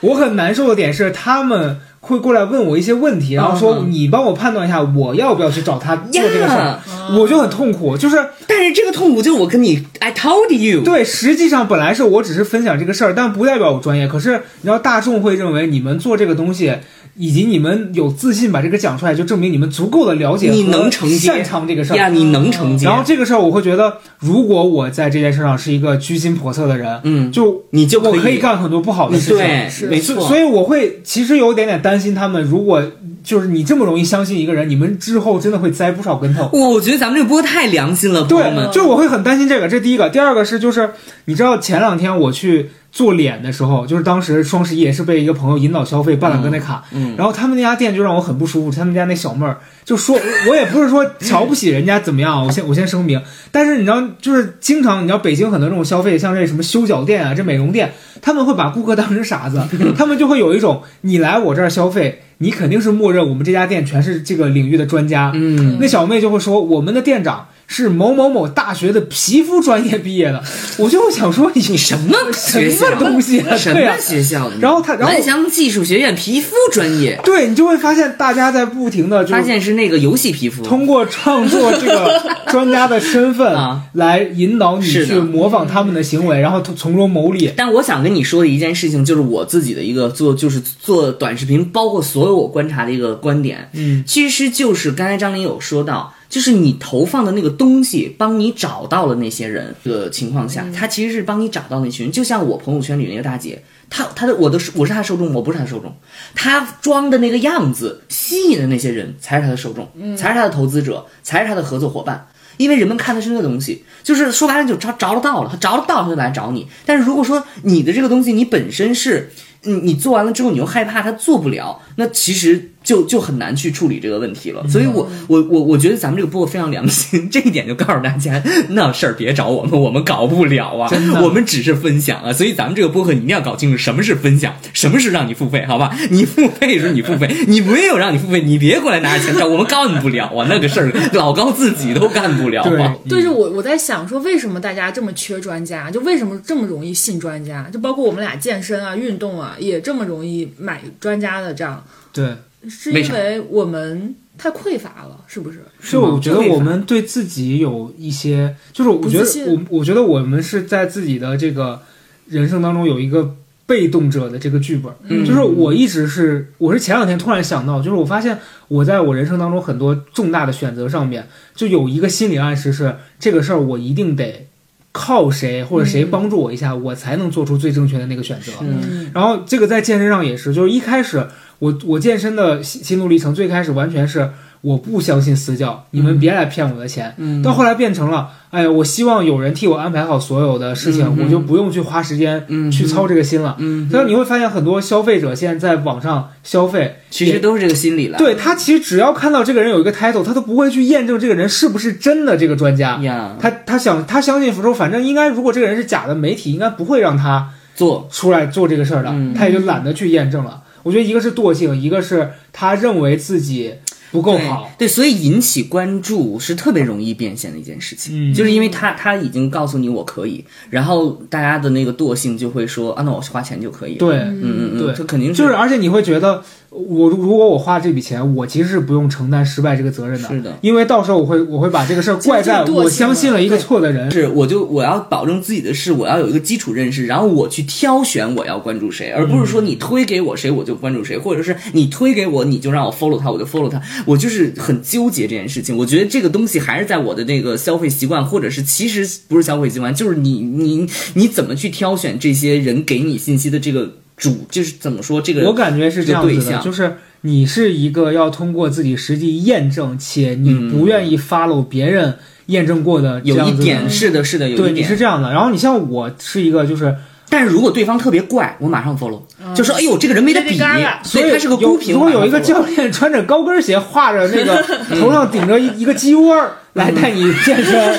C: 我很难受的点是，他们会过来问我一些问题，然后说
D: 嗯
C: 你帮我判断一下，我要不要去找他做这个事儿
D: 呀，
C: 我就很痛苦。就是
D: 但是这个痛苦就是我跟你，I told you，
C: 对，实际上本来是我只是分享这个事儿，但不代表我专业。可是你知道，大众会认为你们做这个东西，以及你们有自信把这个讲出来，就证明你们足够的了解，
D: 你能承接
C: 擅长这个事
D: 呀，
C: 儿。
D: 你能承接，
C: 然后这个事儿，我会觉得，如果我在这件事上是一个居心叵测的人，
D: 嗯
C: 就
D: 你就
C: 我
D: 可以
C: 可以干很多不好的事情。
D: 对，
E: 是
D: 没
C: 所
D: 错，
C: 所以我会其实有一点点担心，他们如果就是你这么容易相信一个人，你们之后真的会栽不少跟头。
D: 我我觉得咱们这个播太良心了，朋友
C: 对，
D: 们。
C: 就是我会很担心这个，这第一个。第二个是就是你知道前两天我去做脸的时候，就是当时双十一也是被一个朋友引导消费办了个那卡，
D: 嗯，
C: 然后他们那家店就让我很不舒服，他们家那小妹儿就说，我我也不是说瞧不起人家怎么样啊，我先我先声明，但是你知道，就是经常你知道北京很多这种消费，像这什么修脚店啊，这美容店，他们会把顾客当成傻
D: <laughs>
C: 子，他们就会有一种你来我这儿消费，你肯定是默认我们这家店全是这个领域的专家，
D: 嗯，
C: 那小妹就会说我们的店长。是某某某大学的皮肤专业毕
D: <laughs>
C: 业的，我就想说你
D: 你什么
C: 什
D: 学校
C: 么？东西啊？
D: 什
C: 对
D: 么
C: 啊，
D: 学校的？
C: 然后他然后
D: 南翔技术学院皮肤专业，
C: 对你就会发现大家在不停的就
D: 发
C: 是
D: 现是那个游戏皮肤，
C: 通过创作这个专家的身份
D: <laughs> 啊
C: 来引导你
D: 是的嗯
C: 去模仿他们的行为，然后从从中牟利。
D: 但我想跟你说的一件事情，就是我自己的一个做，就是做短视频，包括所有我观察的一个观点，
C: 嗯，
D: 其实就是刚才张琳有说到，就是你投放的那个东西，帮你找到了那些人的情况下，他其实是帮你找到那群人。就像我朋友圈里那个大姐，她她的我的我是她的受众，我不是她的受众，她装的那个样子吸引的那些人才是她的受众，才是她的投资者，才是她的合作伙伴。因为人们看的是那个东西，就是说白了就着着了道了，他着了道他就来找你。但是如果说你的这个东西你本身是，你你做完了之后你又害怕他做不了，那其实就就很难去处理这个问题了。所以我我我我觉得咱们这个播客非常良心，这一点就告诉大家，那事儿别找我们，我们搞不了啊
C: 真，的
D: 我们只是分享啊。所以咱们这个播客你一定要搞清楚什么是分享，什么是让你付费，好吧？你付费是你付费，你没有让你付费，你别过来拿着钱找我们干不了啊，那个事儿老高自己都干不了
C: 对
D: 啊。
E: 就是我我在想说，为什么大家这么缺专家？就为什么这么容易信专家？就包括我们俩健身啊、运动啊，也这么容易买专家的账。
C: 对，
E: 是
D: 为
E: 因
D: 啥
E: 为我们太匮乏了，是不是？
C: 所以我觉得
D: 匮乏
C: 我们对自己有一些，就是我
E: 不
C: 觉
E: 自
C: 得
E: 信
C: 我我觉得我们是在自己的这个人生当中有一个被动者的这个剧本，
D: 嗯
C: 就是我一直是我是前两天突然想到，就是我发现我在我人生当中很多重大的选择上面，就有一个心理暗示是这个事儿我一定得靠谁或者谁帮助我一下，我才能做出最正确的那个选择。
E: 嗯，
C: 然后这个在健身上也是，就是一开始我我健身的心心路历程，最开始完全是我不相信私教，你们别来骗我的钱。
D: 嗯
C: 到后来变成了，哎呀，我希望有人替我安排好所有的事情，
D: 嗯嗯
C: 我就不用去花时间
D: 嗯
C: 去操这个心了。
D: 嗯，
C: 所以你会发现很多消费者现在在网上消费，
D: 其实都是这个心理了。
C: 对他其实只要看到这个人有一个 title，他都不会去验证这个人是不是真的这个专家。
D: 呀，
C: 他他想他相信福州，反正应该如果这个人是假的，媒体应该不会让他
D: 做
C: 出来做这个事儿的，
D: 嗯
C: 他也就懒得去验证了。我觉得一个是惰性，一个是他认为自己不够好。
D: 对，对所以引起关注是特别容易变现的一件事情，
C: 嗯
D: 就是因为他他已经告诉你我可以，然后大家的那个惰性就会说啊，那我花钱就可以了。
C: 对，
D: 嗯，嗯嗯，
C: 对
D: 这肯定
C: 就是而且你会觉得，我如如果我花这笔钱，我其实是不用承担失败这个责任的，
D: 是的
C: 因为到时候我会我会把这个事儿怪在
E: 这就是惰性
C: 我相信了一个错的人。
D: 是，我就我要保证自己的事，我要有一个基础认识，然后我去挑选我要关注谁，而不是
C: 嗯
D: 说你推给我谁我就关注谁，或者是你推给我你就让我 follow 他，我就 follow 他，我就是很纠结这件事情。我觉得这个东西还是在我的那个消费习惯，或者是其实不是消费习惯，就是你你你怎么去挑选这些人给你信息的这个主，就是怎么说这个
C: 我感觉是这
D: 这个
C: 样
D: 对
C: 子的，
D: 象
C: 就是你是一个要通过自己实际验证，且你不愿意 follow 别人验证过的这
D: 有
C: 样
D: 一
C: 子的
D: 点是的，是的，有
C: 对，
D: 一
C: 你
D: 点
C: 是这样的。然后你像我是一个就是
D: 但是如果对方特别怪，我马上 follow，、就
E: 嗯
D: 说哎呦这个人没得比
E: 这嘎了，
D: 所以他是个
C: 有
D: 孤品。
C: 如果有一个
D: 我马上 follow
C: 教练穿着高跟鞋，画着那
D: <laughs>
C: 个头上顶着一一个鸡窝儿来带你
D: 嗯
C: 健
D: <laughs>
C: 身，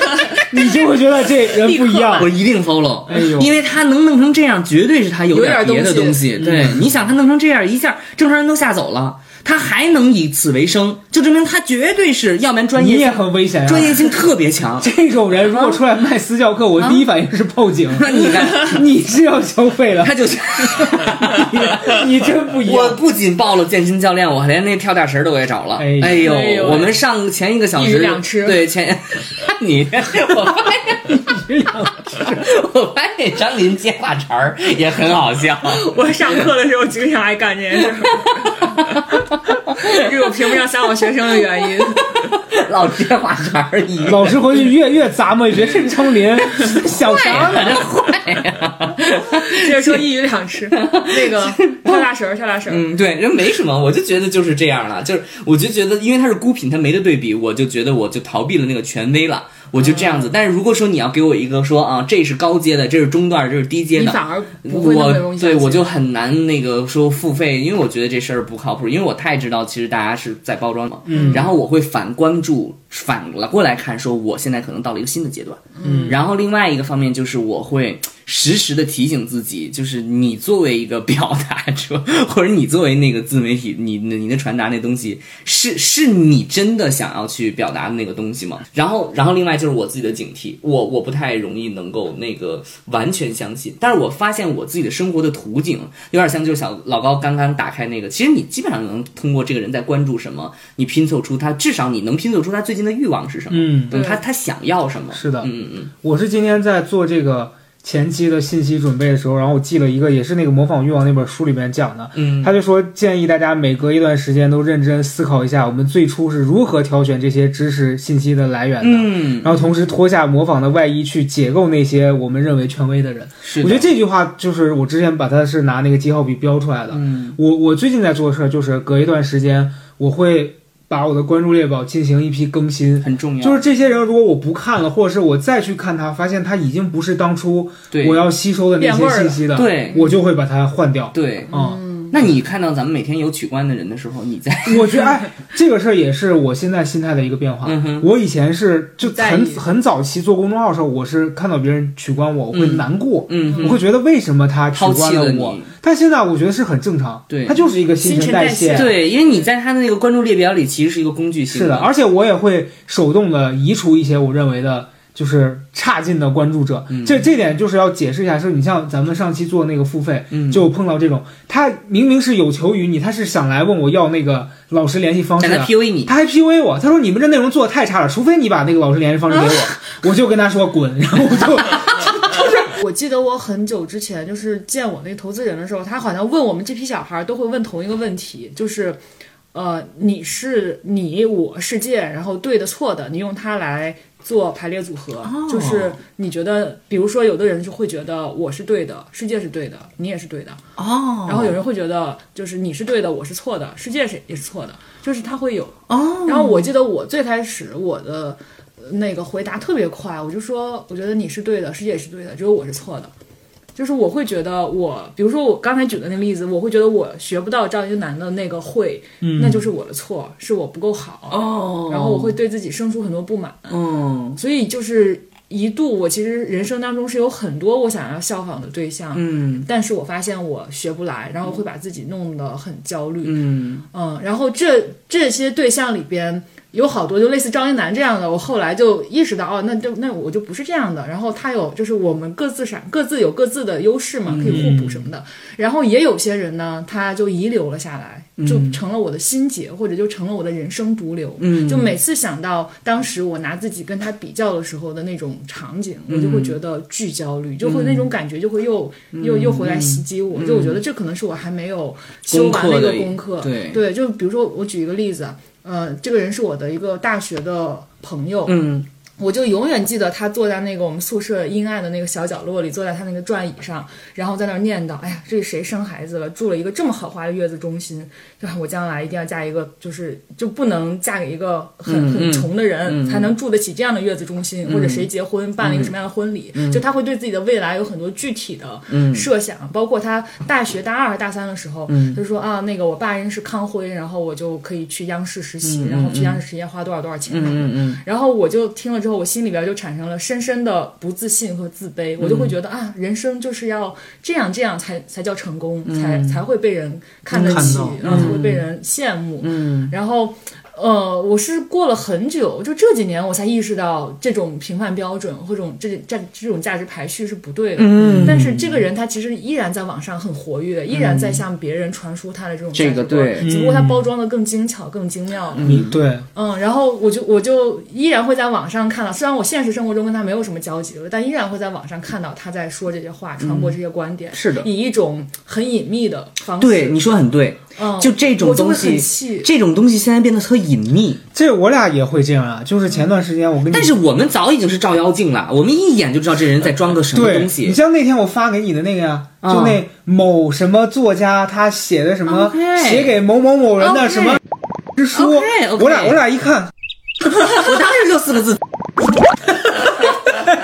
C: 你就会觉得这人不一样
D: 我。一定 follow，
C: 哎呦
D: 因为他能弄成这样，绝对是他有点别的东
C: 嗯
D: 西。对，你想他弄成这样一下，正常人都吓走了，他还能以此为生，就证明他绝对是，要不然专
C: 你也
D: 业
C: 很危险呀、
D: <laughs> 专业性特别强。
C: 这种人如果出来卖私教课，我第一反应是报警。
D: 那你看，
C: <laughs>
D: <laughs>
C: 你是要消费了，<laughs>
D: 他就是，
C: 你你真不一
D: 我
C: 样。
D: 不仅报了健身教练，我连那跳大神儿都给找了。
C: 哎呦
D: 哎
E: 哎呦
D: 我们上前一个小
E: 一鱼
D: 时
E: 两吃
D: 对
C: <laughs>
D: 前你，我发现，我发现张琳接话茬儿也很好笑。
E: 我上课的时候经常爱干这 <laughs> 件事儿，这是我屏幕上撒我学生的原因。
D: 老接话茬儿，一
C: 老师回去越越咂摸，觉得这张林想啥呢？
E: 接着说一鱼两吃，
D: <laughs>
E: 那个跳大绳儿，跳大绳儿。
D: 嗯，对，人没什么，我就觉得就是这样了，就是我就觉得，因为他是孤品，他没得对比，我就觉得我就逃避了那个权威了，我就这样子。但是如果说你要给我一个说啊，这是高阶的，这是中段，这是低阶
E: 你
D: 的，
E: 反而不会那么容
D: 我
E: 易
D: 对
E: 相信
D: 我就很难那个说付费，因为我觉得这事儿不靠谱，因为我太知道其实大家是在包装嘛。嗯，然后我会反关注，反了过来看，说我现在可能到了一个新的阶段。嗯，然后另外一个方面就是我会时时的提醒自己，就是你作为一个表达者，或者你作为那个自媒体，你你的传达那东西是是你真的想要去表达的那个东西吗？然后然后另外就是我自己的警惕，我我不太容易能够那个完全相信，但是我发现我自己的生活的途径有点像就是小老高刚刚打开那个，其实你基本上能通过这个人在关注什么，你拼凑出他至少你能拼凑出他最近的欲望是什么，
C: 嗯
D: 他他想要什么，
C: 是的，
D: 嗯嗯嗯，
C: 我是今天在做这个前期的信息准备的时候，然后我记了一个，也是那个《模仿欲望》那本书里面讲的，
D: 嗯
C: 他就说建议大家每隔一段时间都认真思考一下，我们最初是如何挑选这些知识信息的来源的，
D: 嗯，
C: 然后同时脱下模仿的外衣去解构那些我们认为权威的人。
D: 是
C: 我觉得这句话就是我之前把它是拿那个记号笔标出来的。
D: 嗯，
C: 我我最近在做的事儿就是隔一段时间我会把我的关注列表进行一批更新，
D: 很重要，
C: 就是这些人，如果我不看了，或者是我再去看他，发现他已经不是当初
D: 对
C: 我要吸收的那
E: 变味
C: 些
E: 儿
C: 信
E: 了
C: 息的，
D: 对
C: 我就会把它换掉。
D: 对。
C: 嗯，
D: 那你看到咱们每天有取关的人的时候，你在
C: 我觉得哎，这个事儿也是我现在心态的一个变化。
D: 嗯哼
C: 我以前是就
E: 在
C: 很
E: 意
C: 很早期做公众号的时候，我是看到别人取关我，我会
D: 嗯
C: 难过，
D: 嗯哼
C: 我会觉得为什么他取
D: 抛
C: 关
D: 弃了
C: 我
D: 你？，
C: 但现在我觉得是很正常，
D: 对
C: 它就是一个新
E: 新
C: 陈
E: 陈
C: 代
E: 代谢
D: 对，因为你在他的那个关注列表里其实是一个工具性
C: 是的，而且我也会手动的移除一些我认为的就是差劲的关注者。
D: 嗯
C: 这这点就是要解释一下，是你像咱们上期做那个付费，
D: 嗯
C: 就碰到这种，他明明是有求于你，他是想来问我要那个老师联系方式
D: 但
C: 的
D: 他 PUA 你，
C: 他还 PUA 我，他说你们这内容做的太差了，除非你把那个老师联系方式给我，我就跟他说滚，然后我
D: <laughs>
C: 就
E: <laughs> 我记得我很久之前就是见我那个投资人的时候，他好像问我们这批小孩儿都会问同一个问题，就是，呃，你是你我世界，然后对的错的，你用它来做排列组合，
D: 哦
E: 就是你觉得，比如说有的人就会觉得我是对的，世界是对的，你也是对的，
D: 哦
E: 然后有人会觉得就是你是对的，我是错的，世界是也是错的，就是他会有
D: 哦，
E: 然后我记得我最开始我的呃那个回答特别快，我就说我觉得你是对的，世界也是对的，只有我是错的。就是我会觉得我，比如说我刚才举的那个例子，我会觉得我学不到赵一楠的那个会，那就是我的错，是我不够好。
D: 嗯哦
E: 然后我会对自己生出很多不满。
D: 嗯
E: 所以就是一度我其实人生当中是有很多我想要效仿的对象，
D: 嗯
E: 但是我发现我学不来，然后会把自己弄得很焦虑。
D: 嗯
E: 嗯，然后这这些对象里边有好多就类似张一楠这样的，我后来就意识到，哦，那就那我就不是这样的。然后他有就是我们各自闪各自有各自的优势嘛，可以互补什么的。然后也有些人呢，他就遗留了下来，就成了我的心结，或者就成了我的人生毒瘤。嗯嗯，就每次想到当时我拿自己跟他比较的时候的那种场景，我就会觉得巨焦虑，就会那种感觉就会又、又又回来袭击我。就我觉得这可能是我还没有修完那个功嗯课。
D: 对
E: 对，就比如说我举一个例子，呃，这个人是我的一个大学的朋友，
D: 嗯
E: 我就永远记得他坐在那个我们宿舍阴暗的那个小角落里，坐在他那个转椅上，然后在那儿念叨：“哎呀，这谁生孩子了？住了一个这么豪华的月子中心，就我将来一定要嫁一个，就是就不能嫁给一个很、
D: 嗯
E: 很穷的人、才能住得起这样的月子中心，或者谁结
D: 嗯
E: 婚办了一个什么样的婚礼，就他会对自己的未来有很多具体的
D: 嗯
E: 设想，包括他大学大二大三的时候，他就说啊，那个我爸认识康辉，然后我就可以去央视实习，然后去央视实习要花多少多少钱。
D: 嗯嗯，
E: 然后我就听了之后，我心里边就产生了深深的不自信和自卑，我就会觉得、啊，人生就是要这样这样才才叫成功，才才会被人看得
C: 看
E: 起
C: 到，
E: 然后才会被人羡慕。嗯，然后。呃，我是过了很久，就这几年我才意识到这种评判标准或者这种这这这种价值排序是不对的。嗯，但是这个人他其实依然在网上很活跃，依然在向别人传输他的这种价值
D: 这个
E: 观
D: 对
E: 只不过他包装的更精巧、更精妙了。
C: 你对
E: 嗯，然后我就我就依然会在网上看到，虽然我现实生活中跟他没有什么交集了，但依然会在网上看到他在说这些话，传播这些观点，
D: 嗯是的
E: 以一种很隐秘的方式。
D: 对，你说的很对，
E: 嗯，
D: 就这种
E: 我就
D: 东
E: 会
D: 西
E: 很气，
D: 这种东西现在变得特隐秘，
C: 这我俩也会这样啊，就是前段时间我跟你，
D: 但是我们早已经是照妖镜了，我们一眼就知道这人在装个什么
C: 对
D: 东
C: 你
D: 西。
C: 像那天我发给你的那个呀、
D: 啊
C: 就那某什么作家他写的什么
D: OK
C: 写给某某某人的
D: OK
C: 什么之书
D: OK，OK
C: 我俩我俩一看，
D: 我当时就四个字。 <laughs>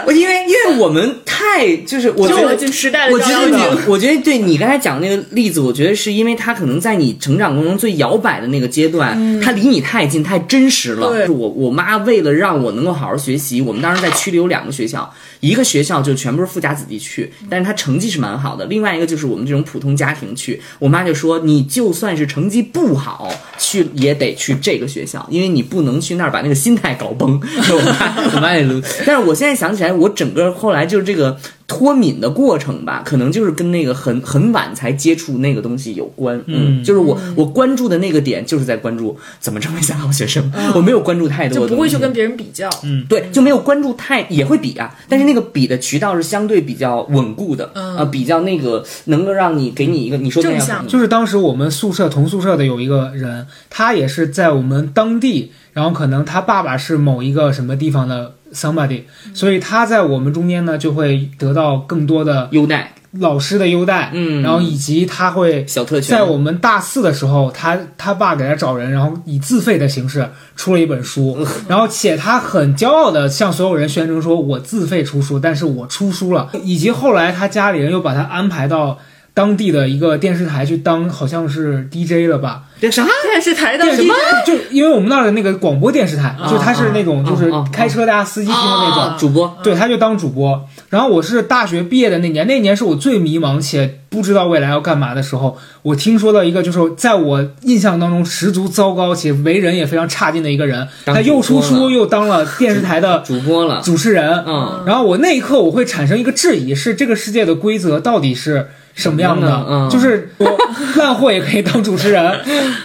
D: 我因为因为我们太就是我觉
E: 就
D: 得
E: 我这时代的
D: 我觉
E: 照妖
D: 得
E: 镜。
D: 你，我觉得对你刚才讲那个例子，我觉得是因为他可能在你成长过程中最摇摆的那个阶段，他离你太近，太真实了。
E: 嗯对
D: 就是我我妈为了让我能够好好学习，我们当时在区里有两个学校，一个学校就全部是富家子弟去，但是他成绩是蛮好的；另外一个就是我们这种普通家庭去。我妈就说，你就算是成绩不好，去也得去这个学校，因为你不能去那儿把那个心态搞崩。 <laughs> 我妈我妈也
E: <laughs>
D: 撸，但是我现在想起来，我整个后来就是这个。脱敏的过程吧，可能就是跟那个很很晚才接触那个东西有关。嗯，就是我我关注的那个点，就是在关注怎么成为三好学生，我没有关注太多
E: 嗯就
D: 的东西，
E: 不会去跟别人比较，嗯，
D: 对，就没有关注太也会比啊，但是那个比的渠道是相对比较稳固的，呃，比较那个能够让你给你一个你说的那
E: 嗯正
D: 样
E: 向
C: 就是当时我们宿舍同宿舍的有一个人，他也是在我们当地，然后可能他爸爸是某一个什么地方的 somebody，所
D: 嗯
C: 以他在我们中间呢就会得到更多的
D: 优待，
C: 老师的优待，
D: 嗯
C: 然后以及他会
D: 小特权，
C: 在我们大四的时候，他他爸给他找人，然后以自费的形式出了一本
D: 嗯
C: 书， <laughs> 然后且他很骄傲的向所有人宣称说，我自费出书，但是我出书了，以及后来他家里人又把他安排到。当地的一个电视台去当好像是 DJ 了吧？
D: 这啥？
E: 电视台的
C: 电
E: 什么？
C: 就因为我们那儿的那个广播电视台，就他是那种就是
D: 啊啊啊啊
C: 开车大家司机听的那种，
D: 啊主播
C: 对，他就当主播。然后我是大学毕业的那年，那年是我最迷茫且不知道未来要干嘛的时候，我听说到一个，就是在我印象当中十足糟糕且为人也非常差劲的一个人，
D: 当
C: 他又出
D: 主播
C: 书
D: 了
C: 又当了电视台的
D: 主播了，
C: 主持人，
D: 嗯，
C: 然后我那一刻我会产生一个质疑，是这个世界的规则到底是什么样
D: 什么
C: 的
D: 样？的嗯
C: 就是我烂货也可以当主持
D: <laughs>
C: 人，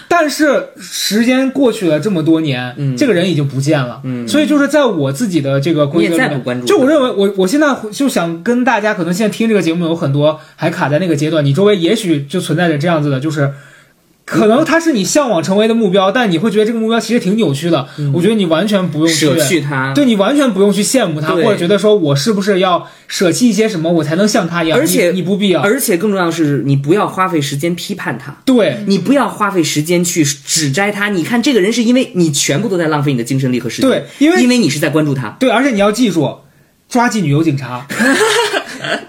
C: 但是时间过去了这么多年，
D: 嗯
C: 这个人已经不见了，所以就是在我自己的这个规则里
D: 你也
C: 面，
D: 再不关注
C: 就我认为我我现在就想跟大家，可能现在听这个节目有很多还卡在那个阶段，你周围也许就存在着这样子的，就是。可能它是你向往成为的目标，但你会觉得这个目标其实挺扭曲的。我觉得你完全不用去
D: 嗯舍去他，
C: 对你完全不用去羡慕他，或
D: 啊对
C: 者觉得说我是不是要舍弃一些什么，我才能像他一样？
D: 而且
C: 你你不必要，
D: 而且更重要的是，你不要花费时间批判他。
C: 对
D: 你不要花费时间去指摘他。你看这个人是因为你全部都在浪费你的精神力和时间，
C: 对因为
D: 因为你是在关注他。
C: 对，而且你要记住，抓妓女有警
D: <laughs>
C: 察，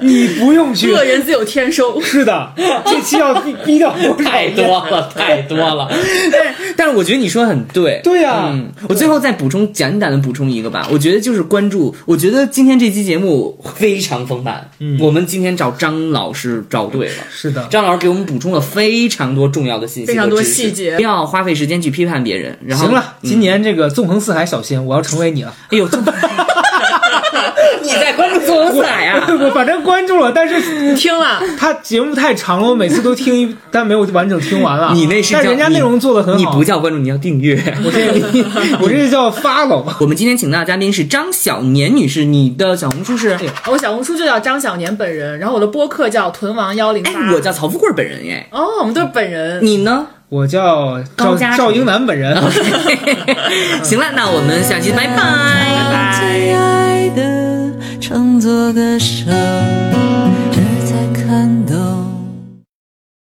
C: 你不用去
E: 恶。人自有天收。
C: 是的，这期要
D: <laughs>
C: 逼逼掉多少
D: 太
C: 遍？
D: 多了，太多了。但是， <laughs> 但是我觉得你说的很对。
C: 对呀
D: 嗯，我最后再补充，简短的补充一个吧。我觉得就是关注。我觉得今天这期节目非常丰满。嗯，我们今天找张老师找对了。
C: 是的，
D: 张老师给我们补充了非常多重要的信息，
E: 非常多细节
D: 不要花费时间去批判别人。然后
C: 行了，今年这个纵横四海，小心，我要成为你
D: <laughs>
C: 了。
D: 哎呦，这么你在关注左彩啊？
C: <laughs> 我反正关注了，但是
E: 你听了，
C: 他节目太长了，我每次都听一， <laughs> 但没有完整听完了。
D: 你那是
C: 啊但
D: 叫
C: 人家内容做的很好，
D: 你不叫关注，你要订阅。
C: <laughs> 我这我这叫 follow。
D: <laughs> 我们今天请到的嘉宾是张小年女士，你的小红书是？
C: 哎
E: 我小红书就叫张小年本人，然后我的播客叫屯王幺零
D: 哎，
E: 八。
D: 我叫曹富贵本人哎，
E: 哦，我们都是本人。
D: 你呢？
C: <laughs> 我叫
D: 高
C: 赵
D: 嘉诚
C: 赵英男本
D: <laughs>
C: 人。
D: 行了，那我们下期拜拜
B: 最爱的，创作的手。